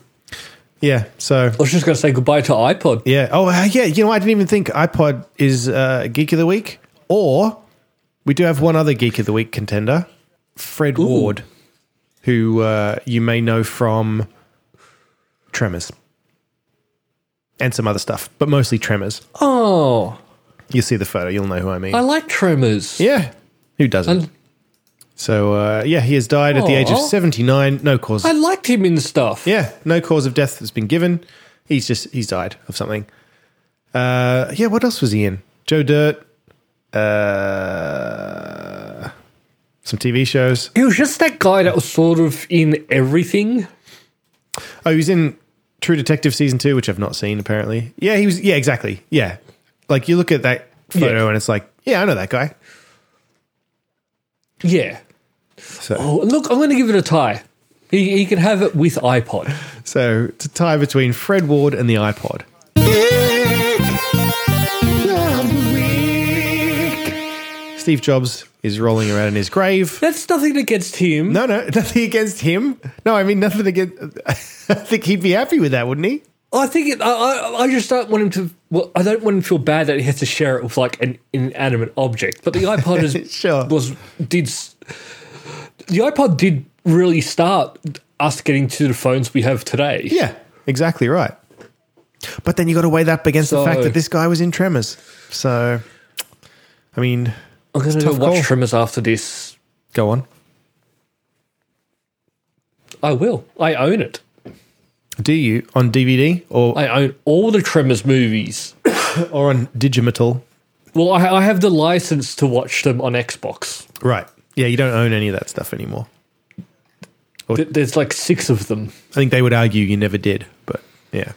S2: yeah. So
S1: was just going to say goodbye to iPod.
S2: Yeah. Oh, uh, yeah. You know, I didn't even think iPod is uh, Geek of the Week. Or we do have one other Geek of the Week contender, Fred Ward, who uh, you may know from Tremors and some other stuff, but mostly Tremors.
S1: Oh,
S2: You'll see the photo. You'll know who I mean.
S1: I like Tremors.
S2: yeah. Who doesn't?
S1: And-
S2: so, uh, yeah, he has died at the age of
S1: Aw.
S2: 79. No cause.
S1: I liked him in stuff.
S2: Yeah, no cause of death has been given. He's just he's died of something. Uh, yeah, what else was he in? Joe Dirt, uh, some TV shows.
S1: He was just that guy that was sort of in everything.
S2: Oh, he was in True Detective season two, which I've not seen apparently. Yeah, he was. Yeah, exactly. Yeah, like you look at that photo
S1: Yeah.
S2: and it's like, yeah, I know that guy.
S1: Yeah.
S2: So,
S1: Oh, and look, I'm going to give it a tie. He, he can have it with iPod.
S2: so it's a tie between Fred Ward and the iPod. Steve Jobs is rolling around in his grave.
S1: That's nothing against him.
S2: No, no, nothing against him. No, I mean nothing against. I think he'd be happy with that, wouldn't he?
S1: I think it, I, I, I just don't want him to. Well, I don't want him to feel bad that he has to share it with like an inanimate object. But the iPod is
S2: Sure.
S1: was did s- the iPod did really start us getting to the phones we have today.
S2: Yeah, exactly right. But then you got to weigh that up against the
S1: So-
S2: fact that this guy was in Tremors. So, I mean,
S1: I'm going to
S2: tough
S1: watch
S2: call.
S1: Tremors after this.
S2: go on.
S1: I will. I own it.
S2: Do you on DVD or
S1: I own all the Tremors movies.
S2: or on Digimetal?
S1: Well, I, I have the license to watch them on Xbox.
S2: Right. Yeah, you don't own any of that stuff anymore. Oh.
S1: Th- There's like six of them.
S2: I think they would argue you never did, but yeah.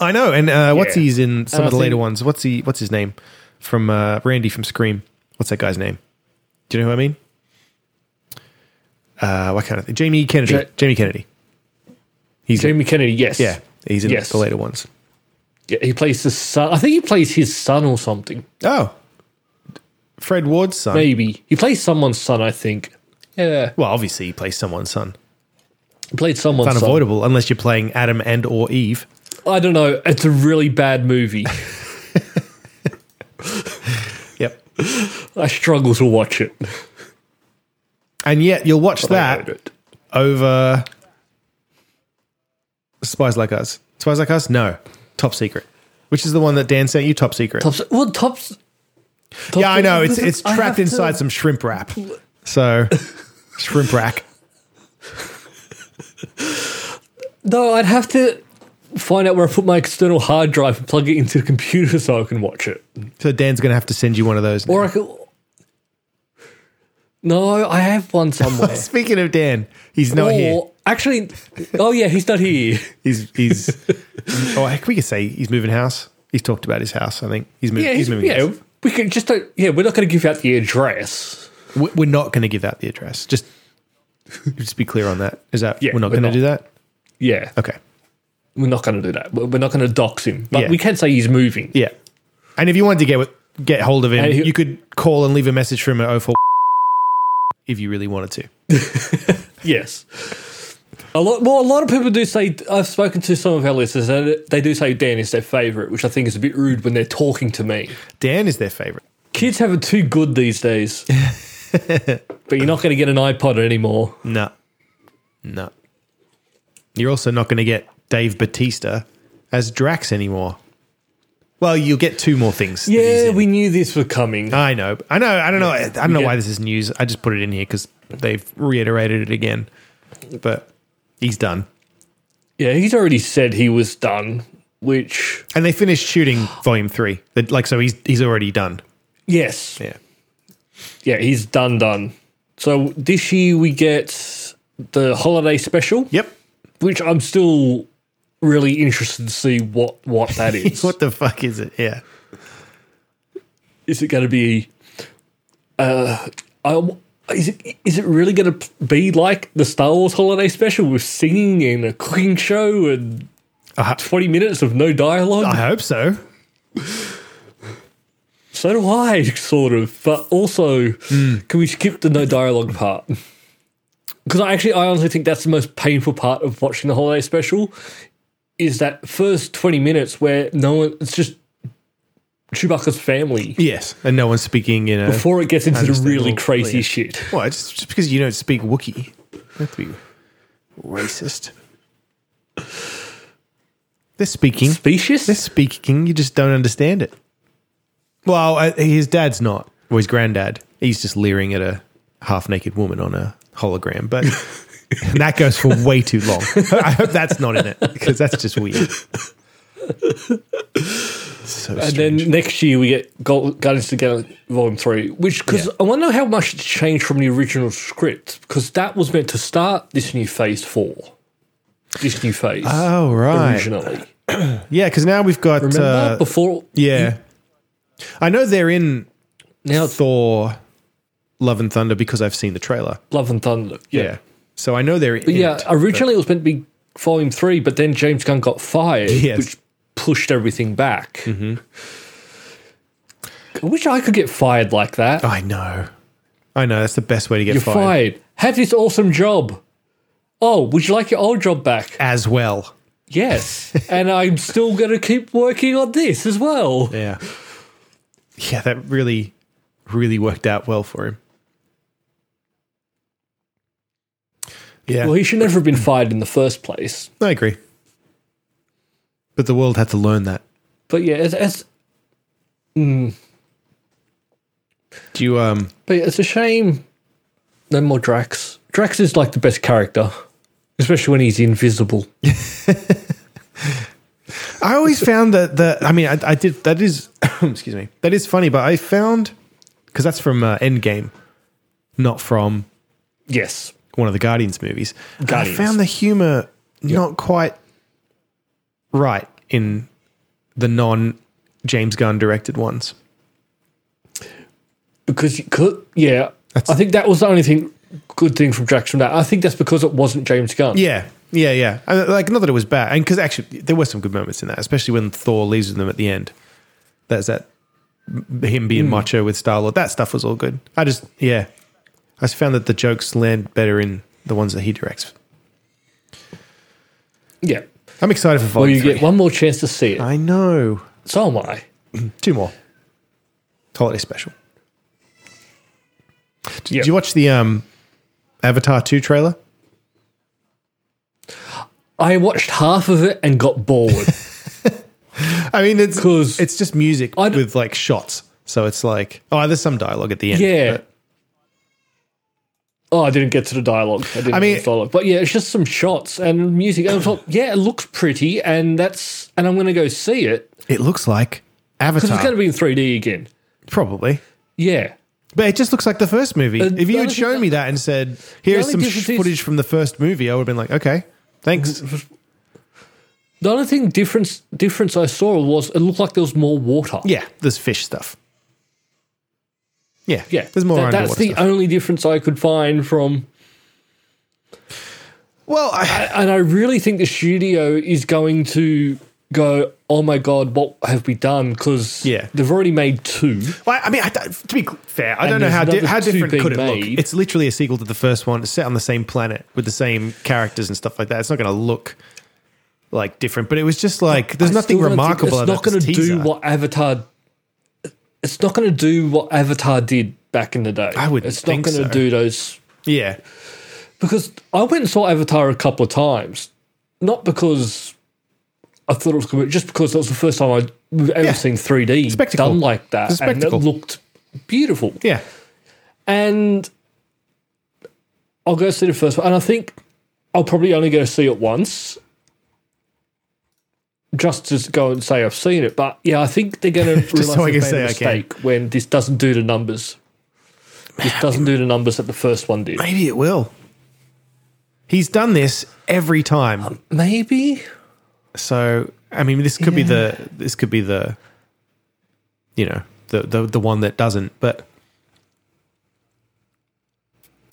S2: I know, and uh, what's
S1: Yeah.
S2: he's in some
S1: And
S2: of the
S1: I
S2: later
S1: think-
S2: ones? What's he? What's his name? From uh, Randy from Scream. What's that guy's name? Do you know who I mean? Uh, what kind of thing? Jamie Kennedy.
S1: Ja-
S2: Jamie Kennedy. He's in-
S1: Jamie Kennedy, yes.
S2: yeah, he's in
S1: Yes.
S2: the later ones.
S1: Yeah, he plays the son. I think he plays his son or something.
S2: Oh, Fred Ward's son.
S1: Maybe he plays someone's son. I think. Um, Yeah,
S2: Well, obviously he plays someone's son.
S1: he played someone's
S2: It's
S1: son.
S2: unavoidable unless you're playing Adam and or Eve.
S1: I don't know. It's a really bad movie.
S2: Yep.
S1: I struggle to watch it.
S2: And yet you'll watch
S1: I
S2: that
S1: own it.
S2: over Spies Like Us. Spies Like Us? No. Top Secret. Which is the one that Dan sent you, Top Secret.
S1: Tops. Well, tops. Top
S2: yeah, I know. It's it's
S1: I have
S2: trapped
S1: to-
S2: inside some shrimp wrap. So shrimp rack.
S1: No, I'd have to find out where I put my external hard drive and plug it into the computer so I can watch it.
S2: So Dan's gonna have to send you one of those.
S1: Or
S2: now.
S1: I could. No, I have one somewhere.
S2: Speaking of Dan, he's not
S1: or
S2: here.
S1: actually, oh yeah, he's not here.
S2: He's he's oh heck we could say he's moving house. He's talked about his house, I think. He's moving
S1: Yeah,
S2: he's,
S1: he's,
S2: moving
S1: yeah.
S2: house.
S1: We can just don't. Yeah, we're not going to give out the address.
S2: We- We're not gonna give out the address. Just just be clear on that. Is that
S1: Yeah,
S2: we're not
S1: we're
S2: gonna
S1: not.
S2: do that?
S1: Yeah,
S2: Okay.
S1: we're not going to do that. We're we're not going to dox him, but
S2: Yeah.
S1: we can say he's moving.
S2: Yeah. And if you wanted to get with, get hold of him,
S1: And he-
S2: you could call and leave a message for him at 04 if you really wanted to.
S1: Yes. A lot. Well, a lot of people do say. I've spoken to some of our listeners, and they do say Dan is their favorite, which I think is a bit rude when they're talking to me.
S2: Dan is their favorite.
S1: Kids have it too good these days. but you're not going to get an iPod anymore.
S2: No. No. You're also not going to get Dave Batista as Drax anymore. Well, you'll get two more things. that he's
S1: Yeah,
S2: in.
S1: we knew this were coming.
S2: I know. I know. I don't know. I don't know
S1: get-
S2: why this is news. I just put it in here because they've reiterated it again. But he's done.
S1: Yeah, he's already said he was done. Which,
S2: And they finished shooting volume three. They- Like, so he's he's already done.
S1: yes,
S2: Yeah.
S1: yeah, he's done, done. So this year we get the holiday special,
S2: Yep.
S1: which I'm still really interested to see what what that is.
S2: What the fuck is it? Yeah.
S1: is it going to be uh I, is it is it really going to be like the Star Wars holiday special with singing and a cooking show and
S2: Uh,
S1: 20 minutes of no dialogue
S2: I hope so.
S1: so do I sort of but also
S2: Hmm.
S1: can we skip the no dialogue part because I actually I honestly think that's the most painful part of watching the holiday special is that first 20 minutes where no one it's just Chewbacca's family
S2: Yes, and no one's speaking in a.
S1: before it gets into the
S2: Understandable. Oh,
S1: really crazy
S2: Yeah.
S1: shit
S2: well, it's just because you don't speak Wookiee, you have to be racist. They're speaking.
S1: specious
S2: They're speaking. You just don't understand it. Well, uh, his dad's not, or his granddad. He's just leering at a half-naked woman on a hologram, but. and that goes for way too long. I hope that's not in it because that's just weird. So
S1: And then next year we get Gol- Guardians of the Galaxy Volume Three, which because
S2: Yeah.
S1: I wonder how much it's changed from the original script because that was meant to start this new Phase Four, this new phase.
S2: Oh right,
S1: originally.
S2: yeah. Because now we've got
S1: Remember
S2: uh,
S1: before?
S2: yeah. I know they're in
S1: Now it's
S2: Thor, Love and Thunder because I've seen the trailer.
S1: Love and Thunder. Yeah,
S2: so I know they're in.
S1: But yeah.
S2: it.
S1: originally it was meant to be Volume Three, but then James Gunn got fired,
S2: Yes.
S1: Mm-hmm. which pushed everything back. I wish I could get fired like that.
S2: I know. I know. That's the best way to Oh, get
S1: You're
S2: fired.
S1: fired. Have this awesome job. Oh, would you like your old job back?
S2: As well.
S1: Yes. and I'm still going to keep working on this as well.
S2: Yeah. Yeah, that really, really worked out well for him. Yeah,
S1: Well, he should never have been fired in the first place.
S2: I agree. But the world had to learn that.
S1: But yeah, it's, it's,
S2: Do you um?
S1: but it's a shame no more Drax. Drax is like the best character, especially when he's invisible.
S2: I always found that the I mean I, I did that is excuse me that is funny, but I found because that's from uh, Endgame, not from
S1: Yes.
S2: one of the Guardians movies. And
S1: Guardians.
S2: I found the humor not quite right in the non James Gunn directed ones.
S1: Because you could, yeah. I think that was the only thing, good thing from Drax from that. I think that's because it wasn't James Gunn.
S2: Yeah, yeah, yeah. And, like not that it was bad, and because actually there were some good moments in that, especially when Thor leaves them at the end. That's that him
S1: Hmm.
S2: being macho with Star Lord. That stuff was all good. I just yeah, I just found that the jokes land better in the ones that he directs.
S1: Yeah.
S2: I'm excited for
S1: Well,
S2: volume
S1: you
S2: three.
S1: get one more chance to see it.
S2: I know
S1: So am I.
S2: two more holiday special.
S1: Yeah.
S2: Did you watch the um, Avatar two trailer?
S1: I watched half of it and got bored.
S2: I mean, it's
S1: 'Cause
S2: it's just music
S1: I d-
S2: with like shots, so it's like oh, there's some dialogue at the end.
S1: Yeah.
S2: but-
S1: oh, I didn't get to the dialogue. I didn't
S2: I
S1: I
S2: mean-
S1: mean, dialogue. But yeah, it's just some shots and music. And I thought, yeah, it looks pretty, and that's and I'm going to go see it
S2: It looks like
S1: because
S2: Avatar,
S1: it's going to be in 3D again.
S2: probably.
S1: Yeah.
S2: But it just looks like the first movie.
S1: And
S2: if
S1: the
S2: you had
S1: only
S2: shown
S1: thing-
S2: me that and said, "Here is
S1: only
S2: some
S1: difference
S2: sh-
S1: is-
S2: footage from the first movie," I would have been like, "Okay, thanks."
S1: The only thing difference difference I saw was it looked like there was more water.
S2: yeah, there's fish stuff. Yeah,
S1: Yeah.
S2: There's more
S1: That-
S2: underwater
S1: that's the
S2: stuff.
S1: only difference I could find from
S2: well, I,
S1: and I really think the studio is going to go, oh my god, what have we done? Because
S2: Yeah.
S1: they've already made two.
S2: well, I mean, I, don't- to be cl- fair, I
S1: And
S2: don't know
S1: there's
S2: how di-
S1: another
S2: how
S1: two
S2: different
S1: being
S2: could it look.
S1: made.
S2: It's literally a sequel to the first one. It's set on the same planet with the same characters and stuff like that. It's not going to look like different, but it was just like there's
S1: I
S2: nothing
S1: still don't think-
S2: remarkable.
S1: It's not
S2: about
S1: going
S2: this
S1: to do
S2: teaser.
S1: what Avatar. It's not going to do what Avatar did back in the day.
S2: I wouldn't
S1: It's
S2: think
S1: not going
S2: so.
S1: to do those
S2: Yeah,
S1: because I went and saw Avatar a couple of times, not because I thought it was good, just because it was the first time I'd ever
S2: Yeah.
S1: seen 3D
S2: Spectacle.
S1: done like that,
S2: It's a
S1: and it
S2: spectacle.
S1: looked beautiful.
S2: yeah.
S1: and I'll go see the first one. And I think I'll probably only go see it once, just to go and say I've seen it. But yeah, I think they're going to realize
S2: so I
S1: they've made
S2: can say
S1: a
S2: I can.
S1: mistake when this doesn't do the numbers. This doesn't do the numbers that the first one did.
S2: Maybe it will. He's done this every
S1: Um,
S2: time.
S1: Maybe.
S2: So I mean this could be the this could be the you know, the the, the one that doesn't, but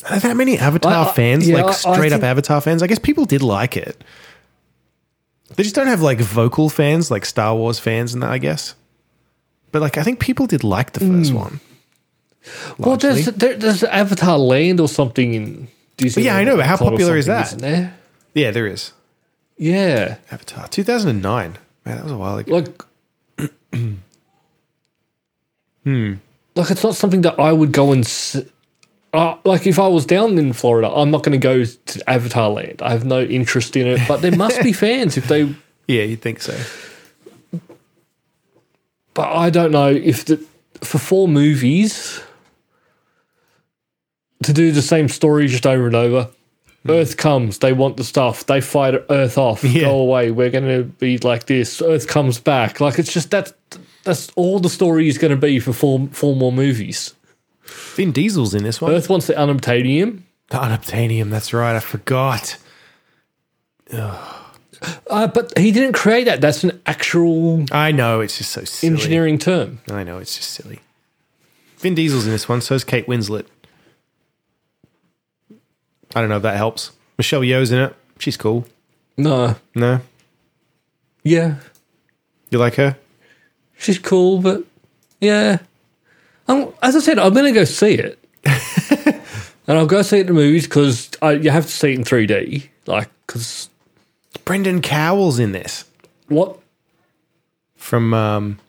S2: are there that many Avatar
S1: I- I-
S2: fans,
S1: yeah, I- I
S2: like straight up
S1: think-
S2: Avatar fans? I guess people did like it. They just don't have like vocal fans, like Star Wars fans and that, I guess. But like I think people did like the
S1: Mm.
S2: first one.
S1: Well, there's
S2: largely.
S1: there, there's Avatar Land or something in Disney.
S2: Yeah, I know, but how popular is that?
S1: there?
S2: Yeah, there is.
S1: Yeah,
S2: Avatar. Two thousand and nine. Man, that was a while ago.
S1: like. hmm.
S2: Hmm.
S1: Like it's not something that I would go and. s- Uh, like if I was down in Florida, I'm not going to go to Avatar Land. I have no interest in it, but there must be fans if they.
S2: Yeah, you'd think so.
S1: But I don't know if the for four movies to do the same story just over and over. Earth comes, they want the stuff, they fight Earth off,
S2: Hmm. Yeah.
S1: go away, we're gonna be like this. Earth comes back. Like it's just that that's all the story is gonna be for four four more movies.
S2: Vin Diesel's in this one.
S1: Earth wants the unobtainium.
S2: The unobtainium, that's right, I forgot.
S1: Uh, but he didn't create that. That's an actual
S2: I know, it's just so silly.
S1: engineering term.
S2: I know, it's just silly. Vin Diesel's in this one, so is Kate Winslet. I don't know if that helps. Michelle Yeoh's in it. She's cool.
S1: No.
S2: No?
S1: Yeah.
S2: You like her?
S1: She's cool, but yeah. I'm, as I said, I'm going to go see it, and I'll go see it in the movies because you have to see it in 3D. Like, because
S2: Brendan Cowell's in this
S1: what?
S2: from um,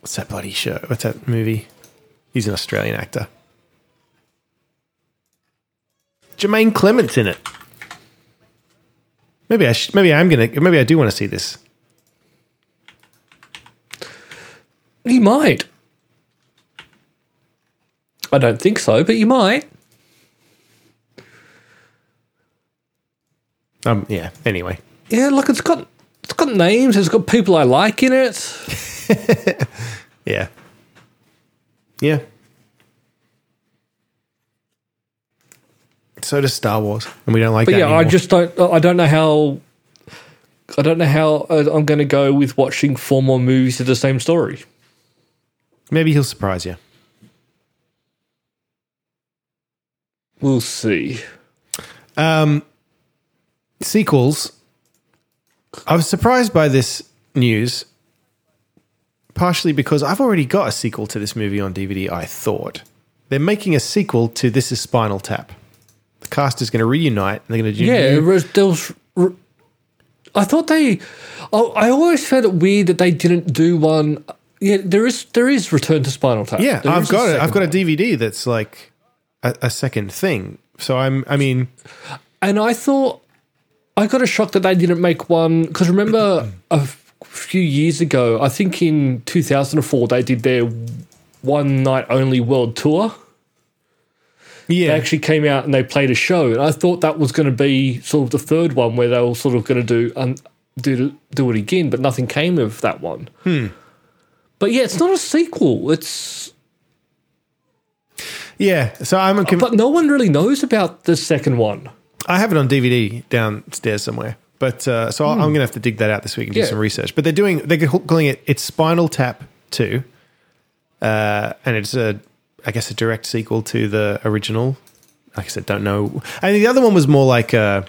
S2: what's that bloody show? What's that movie? He's an Australian actor. Jermaine Clement's in it. Maybe I sh- maybe I'm gonna maybe I do want to see this.
S1: You might. I don't think so, but you might.
S2: Um, yeah. Anyway,
S1: Yeah, look, it's got it's got names. It's got people I like in it.
S2: yeah, yeah. So does Star Wars, and we don't like
S1: But
S2: that.
S1: yeah, I
S2: anymore.
S1: just don't. I don't know how. I don't know how uh, I'm going to go with watching four more movies of the same story.
S2: maybe he'll surprise you.
S1: We'll see.
S2: Um, sequels. I was surprised by this news, partially because I've already got a sequel to this movie on DVD. I thought they're making a sequel to This Is Spinal Tap. The cast is going to reunite. And they're going to do
S1: Yeah,
S2: new-
S1: it was, there was. r- I thought they. I, I always found it weird that they didn't do one. Yeah, there is there is Return to Spinal Tap.
S2: yeah.
S1: There
S2: I've
S1: is
S2: got it.
S1: second
S2: I've got a
S1: one.
S2: DVD that's like a, a second thing. So I'm. I mean,
S1: and I thought I got a shock that they didn't make one because remember a f- few years ago, I think in 2004 they did their one night only world tour.
S2: yeah.
S1: They actually came out and they played a show, and I thought that was going to be sort of the third one where they were sort of going to do and do do it again, but nothing came of that one. But yeah, it's not a sequel. It's
S2: yeah. So I'm. Conv-
S1: but no one really knows about the second one.
S2: I have it on DVD downstairs somewhere. But uh, so I'll I'm going to have to dig that out this week and do
S1: Yeah.
S2: some research. But they're doing they're calling it it's Spinal Tap Two, uh, and it's a I guess a direct sequel to the original. Like I said, don't know. I think the other one was more like uh,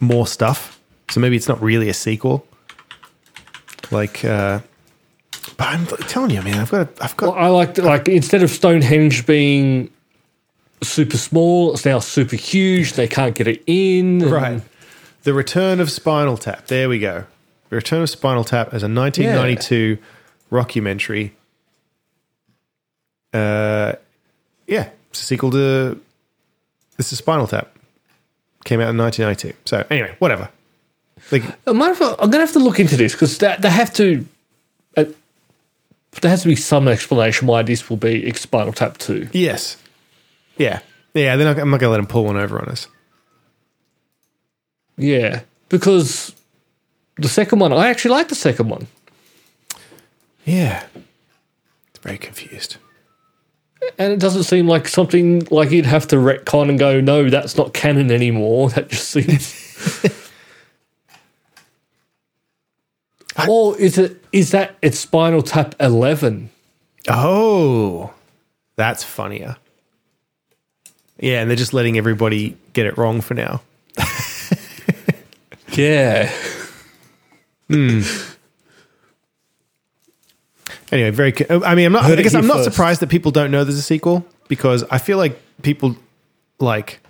S2: more stuff. So maybe it's not really a sequel. Like, uh, but I'm telling you, man, I've got I've got
S1: I like like instead of Stonehenge being super small, it's now super huge. They can't get it in.
S2: Right. The Return of Spinal Tap. There we go. The Return of Spinal Tap as a 1992 rockumentary. Uh, yeah, it's a sequel to This is Spinal Tap. Came out in 1992. So anyway, whatever. Like,
S1: I might have, I'm gonna have to look into this because they, they have to. Uh, there has to be some explanation why this will be ex- Spinal Tap Two.
S2: yes. Yeah. Yeah, then I'm not going to let them pull one over on us.
S1: Yeah, because the second one, I actually like the second one.
S2: Yeah. Very confused.
S1: And it doesn't seem like something like you'd have to retcon and go, no, that's not canon anymore. That just seems. or is it is that it's Spinal Tap Eleven?
S2: Oh, that's funnier. Yeah, and they're just letting everybody get it wrong for now.
S1: Yeah,
S2: Anyway, very. co- I mean, I'm not.
S1: Heard
S2: I
S1: it
S2: guess
S1: here
S2: I'm not
S1: first.
S2: surprised that people don't know there's a sequel because I feel like people like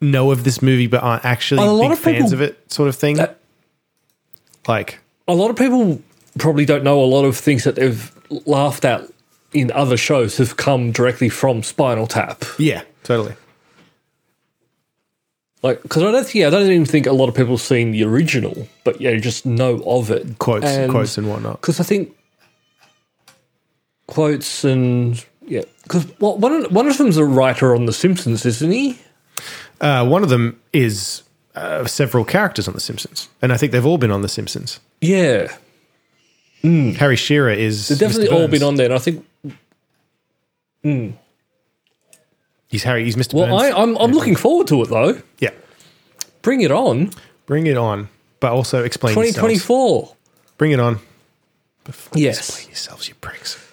S2: know of this movie but aren't actually
S1: A lot
S2: big
S1: of
S2: fans
S1: people-
S2: of it, sort of thing.
S1: That-
S2: like,
S1: a lot of people probably don't know a lot of things that they've laughed at in other shows have come directly from Spinal Tap.
S2: yeah, totally.
S1: Like, because I don't think I don't even think a lot of people have seen the original, but yeah, you just know of it.
S2: Quotes, quotes, and whatnot.
S1: because I think quotes and yeah, because one of, one of them's a writer on The Simpsons, isn't he?
S2: Uh, one of them is uh, several characters on The Simpsons, and I think they've all been on The Simpsons.
S1: Yeah,
S2: Harry Shearer is
S1: they've definitely
S2: Mr.
S1: all
S2: Burns.
S1: been on there. And I think
S2: He's Harry. He's Mr.
S1: well,
S2: Burns.
S1: I, I'm I'm looking forward to it though.
S2: yeah,
S1: Bring it on,
S2: bring it on, but also explain. yourselves.
S1: 2024.
S2: Bring it on.
S1: Yes,
S2: Explain yourselves, you pricks.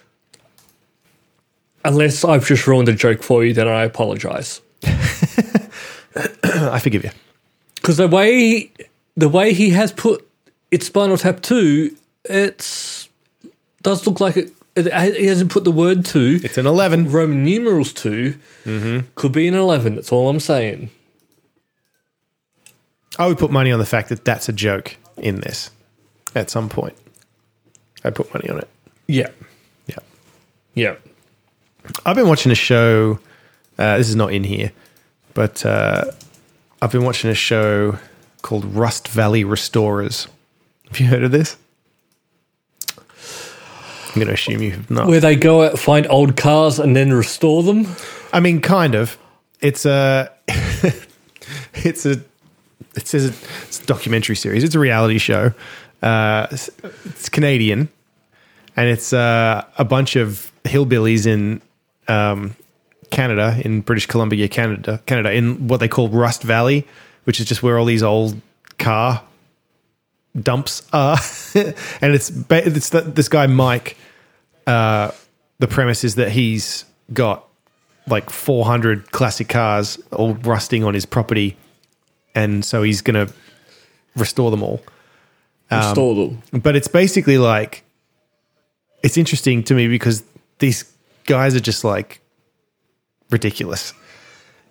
S1: unless I've just ruined a joke for you, then I apologize.
S2: I forgive you.
S1: Because the way the way he has put it's Spinal Tap two, it's does look like it it he hasn't put the word to
S2: It's an 11.
S1: Roman numerals to
S2: Mm-hmm.
S1: could be an eleven. That's all I'm saying.
S2: I would put money on the fact that that's a joke in this at some point. I'd put money on it.
S1: Yeah,
S2: Yeah.
S1: yeah.
S2: I've been watching a show. Uh, this is not in here, but uh, I've been watching a show called Rust Valley Restorers. Have you heard of this? I'm going to assume you have not.
S1: Where they go out find old cars and then restore them.
S2: I mean, kind of. It's a. it's a. It says it's a documentary series. It's a reality show. Uh, it's, it's Canadian, and it's uh, a bunch of hillbillies in um, Canada, in British Columbia, Canada, Canada, in what they call Rust Valley, which is just where all these old car dumps are. and it's ba- it's th- this guy Mike. Uh, the premise is that he's got like 400 classic cars all rusting on his property, and so he's going to restore them all. Um,
S1: Restore them.
S2: But it's basically like it's interesting to me because these guys are just like ridiculous.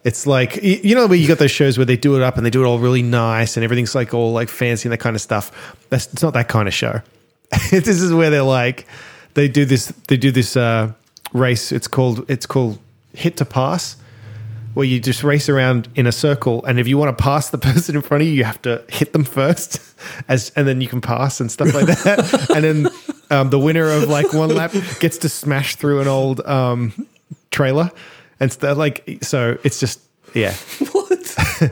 S2: It's like y- you know where you got those shows where they do it up and they do it all really nice and everything's like all like fancy and that kind of stuff. That's it's not that kind of show. this is where they're like they do this they do this uh, race. It's called it's called hit to pass where you just race around in a circle and if you want to pass the person in front of you you have to hit them first as and then you can pass and stuff like that and then um, the winner of like one lap gets to smash through an old um, trailer and stuff like so it's just yeah
S1: What?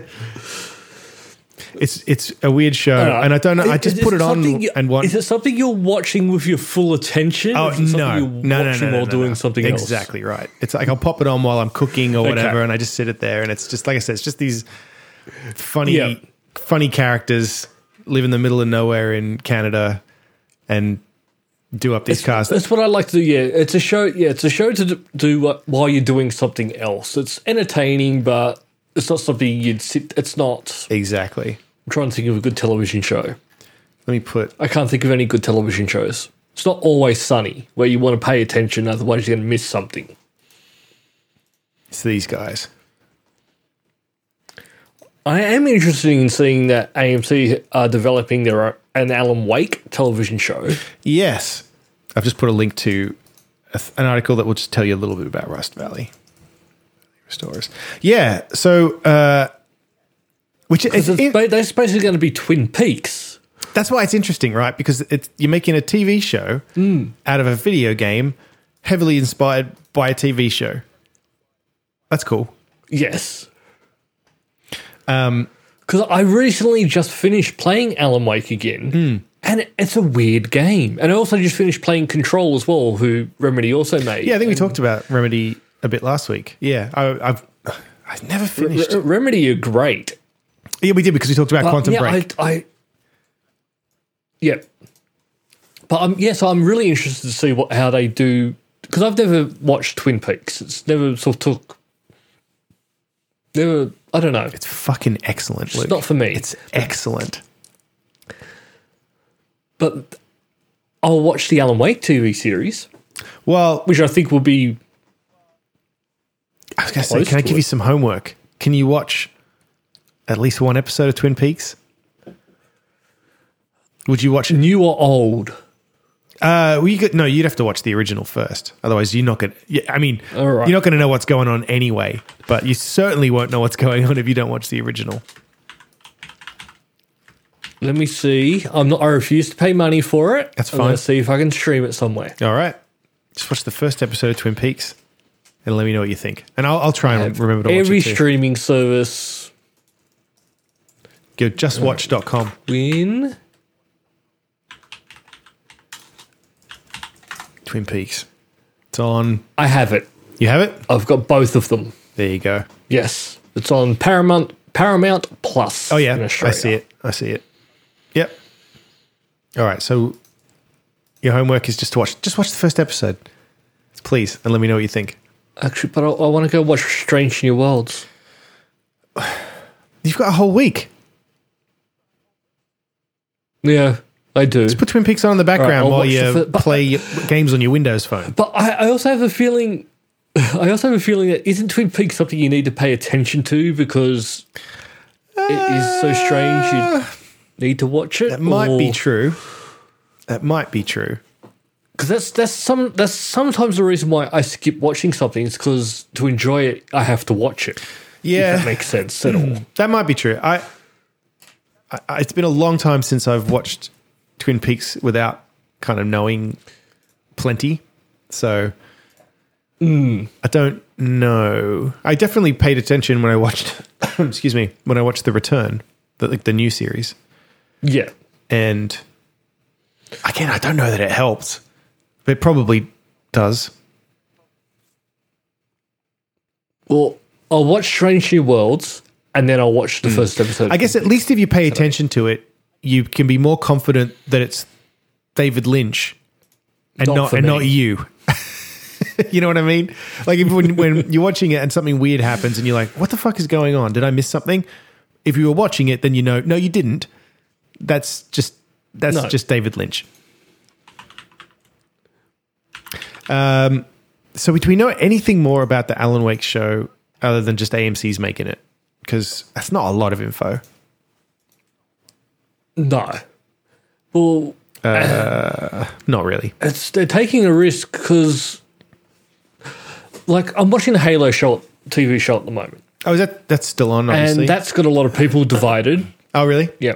S2: it's it's a weird show Oh, and i don't know i
S1: Is-
S2: just
S1: is
S2: put it
S1: something
S2: on
S1: you-
S2: and one
S1: Is it something you're watching with your full attention?
S2: Oh
S1: Or is it
S2: no.
S1: something
S2: no,
S1: You're
S2: no, no,
S1: watching
S2: no, no,
S1: while
S2: no,
S1: doing
S2: no.
S1: something else.
S2: Exactly right. It's like I'll pop it on while I'm cooking or whatever,
S1: Okay.
S2: and I just sit it there, and it's just like I said, it's just these funny,
S1: Yeah.
S2: funny characters live in the middle of nowhere in Canada and do up these cars.
S1: That's what I like to do. Yeah, it's a show. Yeah, it's a show to d- do what, while you're doing something else. It's entertaining, but it's not something you'd sit. It's not.
S2: exactly.
S1: I'm trying to think of a good television show.
S2: Let me put.
S1: I can't think of any good television shows. It's not always sunny where you want to pay attention, otherwise you're going to miss something.
S2: It's these guys.
S1: I am interested in seeing that AMC are developing their own, an Alan Wake television show.
S2: Yes, I've just put a link to a th- an article that will just tell you a little bit about Rust Valley restorers. Yeah. So, uh, which is
S1: It's, ba- that's basically going to be Twin Peaks.
S2: That's why it's interesting, right? Because it's, you're making a TV show
S1: Mm.
S2: out of a video game heavily inspired by a TV show. That's cool.
S1: Yes.
S2: Um,
S1: Because I recently just finished playing Alan Wake again, and it's a weird game. And I also just finished playing Control as well, who Remedy also made.
S2: yeah, I think we talked about Remedy a bit last week. Yeah, I, I've I've never finished.
S1: R- Remedy are great.
S2: yeah, we did because we talked about
S1: But,
S2: Quantum
S1: yeah,
S2: Break.
S1: I, I, yeah. But um, yeah, so I'm really interested to see what how they do because I've never watched Twin Peaks. It's never sort of took. Never, I don't know.
S2: it's fucking excellent. Luke.
S1: not for me.
S2: It's excellent.
S1: But I'll watch the Alan Wake TV series,
S2: Well,
S1: which I think will be
S2: I was going to say,
S1: close
S2: can I
S1: to
S2: give
S1: it.
S2: you some homework? Can you watch at least one episode of Twin Peaks? Would you watch
S1: new or old.
S2: Uh, well, you could, no, you'd have to watch the original first. Otherwise, you're not going. to I mean,
S1: All right.
S2: you're not going to know what's going on anyway. But you certainly won't know what's going on if you don't watch the original.
S1: Let me see. I'm not. I refuse to pay money for it.
S2: That's
S1: I'm gonna
S2: fine.
S1: see if I can stream it somewhere.
S2: All right, just watch the first episode of Twin Peaks, and let me know what you think. And I'll, I'll try and remember to watch
S1: Every
S2: it too.
S1: streaming service
S2: Go to justwatch.com.
S1: win.
S2: Twin Peaks. It's on.
S1: I have it.
S2: You have it.
S1: I've got both of them.
S2: There you go.
S1: Yes, it's on Paramount Paramount Plus.
S2: Oh yeah,
S1: in
S2: I
S1: Australia.
S2: see it. I see it. Yep. All right. So your homework is just to watch. Just watch the first episode, please, and let me know what you think.
S1: Actually, but I, I want to go watch Strange New Worlds.
S2: You've got a whole week.
S1: Yeah, I do.
S2: Put Twin Peaks on in the background
S1: I'll
S2: while
S1: watch
S2: you
S1: the fir- but-
S2: play your games on your Windows phone.
S1: But I, I also have a feeling. I also have a feeling that isn't Twin Peaks something you need to pay attention to because it is so strange. You need to watch it.
S2: Uh, That might be true. That might be true.
S1: because that's that's some that's sometimes the reason why I skip watching something is because to enjoy it I have to watch it.
S2: Yeah, Hmm.
S1: if that makes sense at all.
S2: That might be true. I, I- I, it's been a long time since I've watched Twin Peaks without kind of knowing plenty, so
S1: Hmm.
S2: I don't know. I definitely paid attention when I watched. excuse me, when I watched The Return, the, like the new series,
S1: Yeah,
S2: and again, I don't know that it helped, but it probably does.
S1: well, I'll watch Strange New Worlds and then I'll watch the first episode.
S2: Hmm. I guess at least if you pay attention to it, you can be more confident that it's David Lynch and
S1: Not
S2: not,
S1: for
S2: and
S1: me.
S2: not you. you know what I mean? Like if, when when you're watching it and something weird happens and you're like, "What the fuck is going on? Did I miss something?" If you were watching it, then you know, no, you didn't. That's just that's
S1: No.
S2: just David Lynch. Um, So do we know anything more about the Alan Wake show other than just AMC's making it? Because that's not a lot of info.
S1: no. Well,
S2: Not really.
S1: it's they're taking a risk because, like, I'm watching the Halo show TV show at the moment,
S2: Oh, is that that's still on? Obviously.
S1: and that's got a lot of people divided.
S2: oh, really?
S1: Yeah,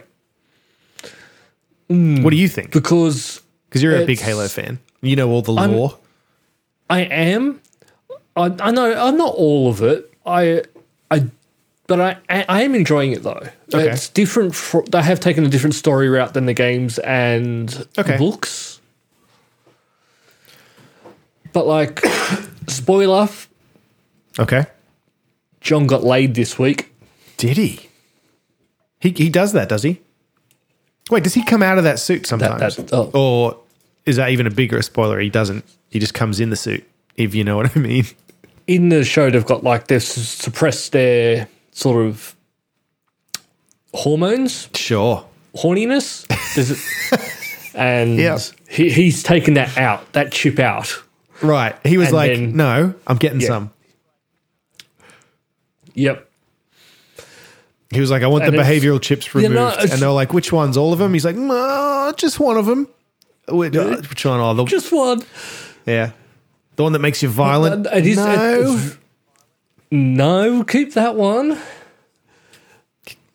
S2: What do you think?
S1: because
S2: Because you're a big
S1: Hmm. It's-
S2: Halo fan. You know all the lore.
S1: I am. I, I know I'm not all of it. I I but I I I am enjoying it though.
S2: Okay.
S1: It's different. Fr- they have taken a different story route than the games and
S2: Okay.
S1: books. But like, spoiler:
S2: okay.
S1: John got laid this week.
S2: Did he? He he does that, does he? Wait, does he come out of that suit sometimes?
S1: that- oh.
S2: Or is that even a bigger spoiler? He doesn't. He just comes in the suit, if you know what I mean.
S1: In the show, they've got like they've s- suppressed their sort of hormones.
S2: Sure.
S1: horniness. Is it? and
S2: Yeah.
S1: he, he's taken that out, that chip out.
S2: Right. He was
S1: And
S2: like,
S1: then-
S2: no, I'm getting
S1: Yeah.
S2: some.
S1: Yep.
S2: He was like, I want
S1: And
S2: the
S1: it's-
S2: behavioral chips
S1: know,
S2: removed. and
S1: it's-
S2: they're like, which one's all of them? He's like, "Nah, just one of them. Which, which one? Oh, the,
S1: Just one.
S2: yeah. The one that makes you violent.
S1: It is,
S2: no.
S1: it's- uh, no, keep that one.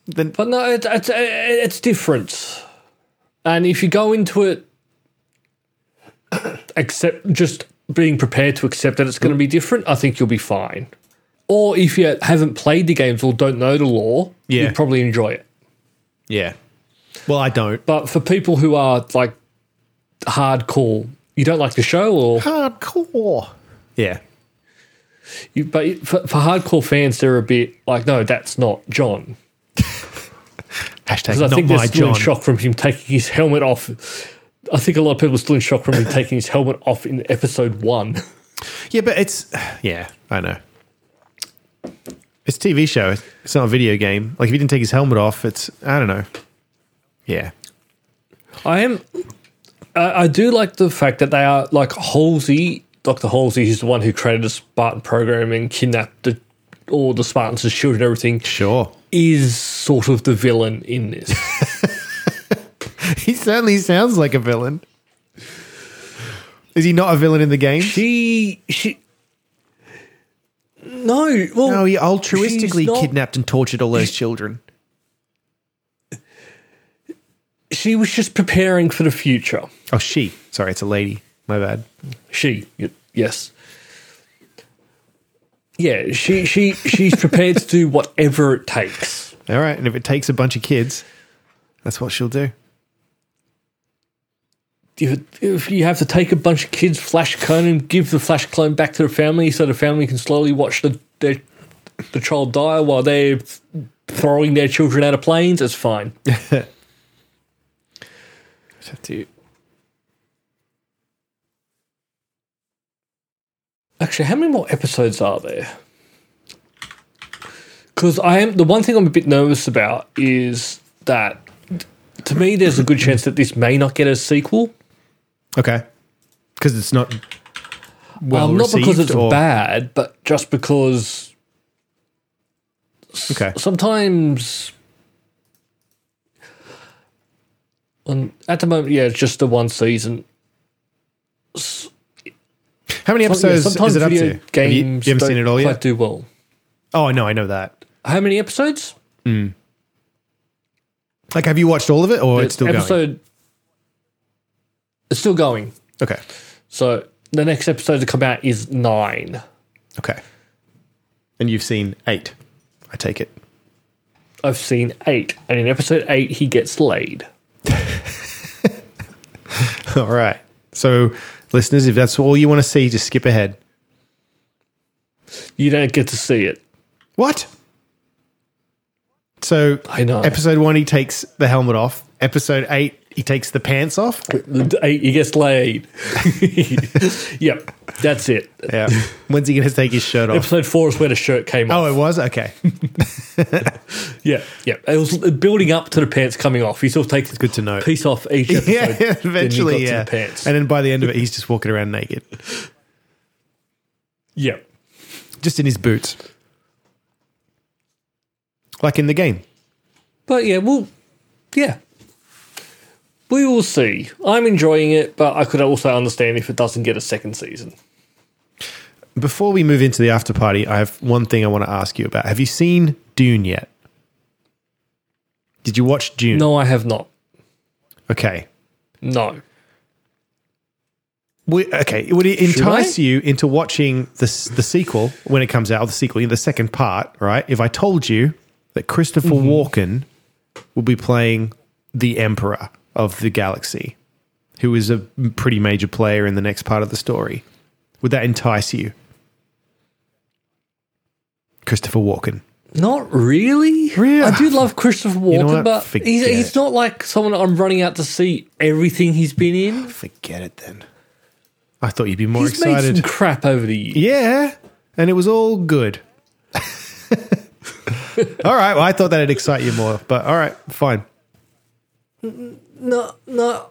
S2: Then-
S1: but no, it, it's it's different. And if you go into it, accept just being prepared to accept that it's going to be different, I think you'll be fine. Or if you haven't played the games or don't know the lore,
S2: Yeah.
S1: you'd probably enjoy it.
S2: yeah. Well, I don't.
S1: But for people who are like hardcore, you don't like the show, or
S2: hardcore. Yeah.
S1: you, but for, for hardcore fans, they're a bit like, no, that's not John.
S2: Hashtag
S1: 'Cause I
S2: not
S1: think
S2: my
S1: they're still
S2: John.
S1: in shock from him taking his helmet off. I think a lot of people are still in shock from him taking his helmet off in episode one.
S2: Yeah, but it's yeah, I know. It's a TV show. It's not a video game. Like if he didn't take his helmet off, it's I don't know. Yeah.
S1: I am, I, I do like the fact that they are like Halsey, Doctor Halsey, who's the one who created the Spartan program and kidnapped the, all the Spartans as children, and everything
S2: Sure.
S1: is sort of the villain in this.
S2: He certainly sounds like a villain. Is he not a villain in the game?
S1: She she No, well
S2: No, he
S1: she's
S2: altruistically
S1: not-
S2: kidnapped and tortured all those children.
S1: she was just preparing for the future.
S2: Oh, she. Sorry, it's a lady. My bad.
S1: She y- yes. Yeah, she she she's prepared to do whatever it takes.
S2: All right, and if it takes a bunch of kids, that's what she'll do.
S1: If, if you have to take a bunch of kids, Flash clone and give the Flash clone back to the family, so the family can slowly watch the their, the child die while they're throwing their children out of planes, it's fine.
S2: Dude.
S1: Actually, how many more episodes are there? Because I am the one thing I'm a bit nervous about is that to me, there's a good chance that this may not get a sequel.
S2: Okay. Because it's not well
S1: um, not
S2: received.
S1: because it's
S2: or-
S1: bad, but just because
S2: Okay.
S1: sometimes. On, at the moment, yeah, it's just the one season.
S2: How many
S1: But yeah,
S2: episodes
S1: sometimes
S2: is it up to?
S1: video
S2: Have
S1: games
S2: you, you haven't
S1: don't
S2: seen it all
S1: quite
S2: yet?
S1: do well.
S2: Oh, I know. I know that.
S1: How many episodes?
S2: Like, have you watched all of it, or it's still
S1: episode. It's still going.
S2: going? Okay.
S1: So the next episode to come out is nine.
S2: Okay. And you've seen eight. I take it.
S1: I've seen eight, and in episode eight, he gets laid.
S2: All right. So, listeners, if that's all you want to see, just skip ahead.
S1: You don't get to see it.
S2: What? So,
S1: I know.
S2: episode one, he takes the helmet off. Episode eight, he takes the pants off.
S1: Eight, he gets laid. yep, that's it.
S2: Yeah. When's he going to take his shirt off?
S1: Episode four is where the shirt came off.
S2: Oh, it was? Okay. Oh.
S1: Yeah, yeah. It was building up to the pants coming off. He still takes it's
S2: good to know.
S1: piece off each episode.
S2: yeah,
S1: then he got
S2: eventually,
S1: to
S2: yeah.
S1: the pants.
S2: And then by the end of it, he's just walking around naked,
S1: yeah,
S2: just in his boots. Like in the game.
S1: but yeah, well, yeah. We will see. I'm enjoying it, but I could also understand if it doesn't get a second season.
S2: Before we move into the after party, I have one thing I want to ask you about. Have you seen Dune yet? Did you watch Dune?
S1: No, I have not.
S2: Okay.
S1: No.
S2: Would- okay. Would it
S1: Should I?
S2: entice you into watching the s- the sequel when it comes out? or The sequel, the second part, right? If I told you that Christopher
S1: Mm-hmm.
S2: Walken will be playing the Emperor of the Galaxy, who is a pretty major player in the next part of the story, would that entice you? Christopher Walken.
S1: Not really.
S2: Really?
S1: I do love Christopher Walken,
S2: know what?
S1: but
S2: Forget
S1: he's, he's
S2: it.
S1: not like someone I'm running out to see everything he's been in.
S2: Forget it then. I thought you'd be more
S1: He's
S2: excited.
S1: made some crap over the years.
S2: Yeah, and it was all good. all right. Well, I thought that'd excite you more, but all right, fine.
S1: No, no.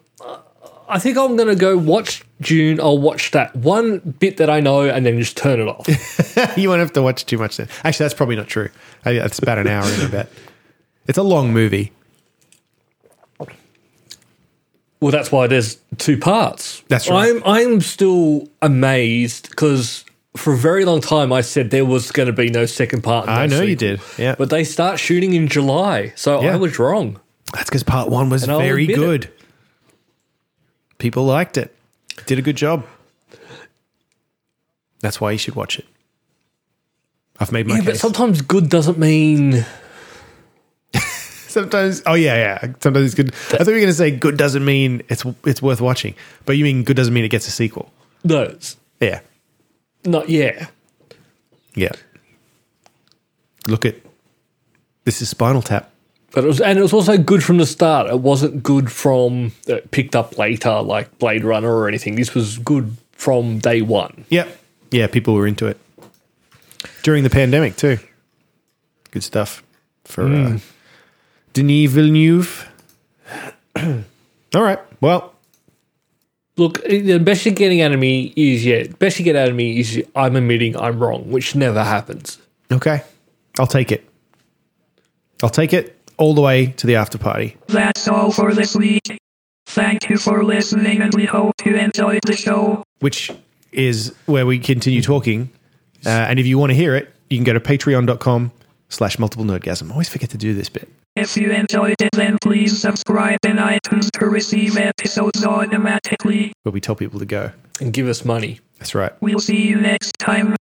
S1: I think I'm gonna go watch June. I'll watch that one bit that I know, and then just turn it off.
S2: you won't have to watch too much then. Actually, that's probably not true. I- That's about an hour in, I bet. It's a long movie.
S1: well, that's why there's two parts.
S2: That's right.
S1: I'm I'm still amazed because for a very long time I said there was going to be no second part. and
S2: I
S1: no
S2: know you
S1: sequel.
S2: did. Yeah.
S1: but they start shooting in July, so
S2: Yeah.
S1: I was wrong.
S2: That's because part one was
S1: And I'll
S2: very
S1: admit it.
S2: good. People liked it. Did a good job. That's why you should watch it. I've made my
S1: Yeah, but
S2: case.
S1: sometimes good doesn't mean.
S2: Sometimes, oh yeah, yeah. Sometimes it's good. I thought you were going to say good doesn't mean it's it's worth watching, but you mean good doesn't mean it gets a sequel.
S1: No, it's
S2: Yeah,
S1: not yeah.
S2: yeah. Look at this is Spinal Tap.
S1: But it was, and it was also good from the start. It wasn't good from uh, picked up later, like Blade Runner or anything. This was good from day one.
S2: Yep. Yeah, people were into it during the pandemic too. Good stuff for uh, Denis Villeneuve. All right. Well,
S1: Look, the best you're getting out of me is yeah. The best you get out of me is I'm admitting I'm wrong, which never happens.
S2: okay. I'll take it. I'll take it all the way to the after party.
S5: That's all for this week. Thank you for listening and we hope you enjoyed the show.
S2: which is where we continue talking. Uh, and if you want to hear it, you can go to patreon.com slash multiple nerdgasm. I always forget to do this bit.
S5: If you enjoyed it then please subscribe in iTunes to receive episodes automatically.
S2: Where we tell people to go.
S1: And give us money.
S2: That's right.
S5: We'll see you next time.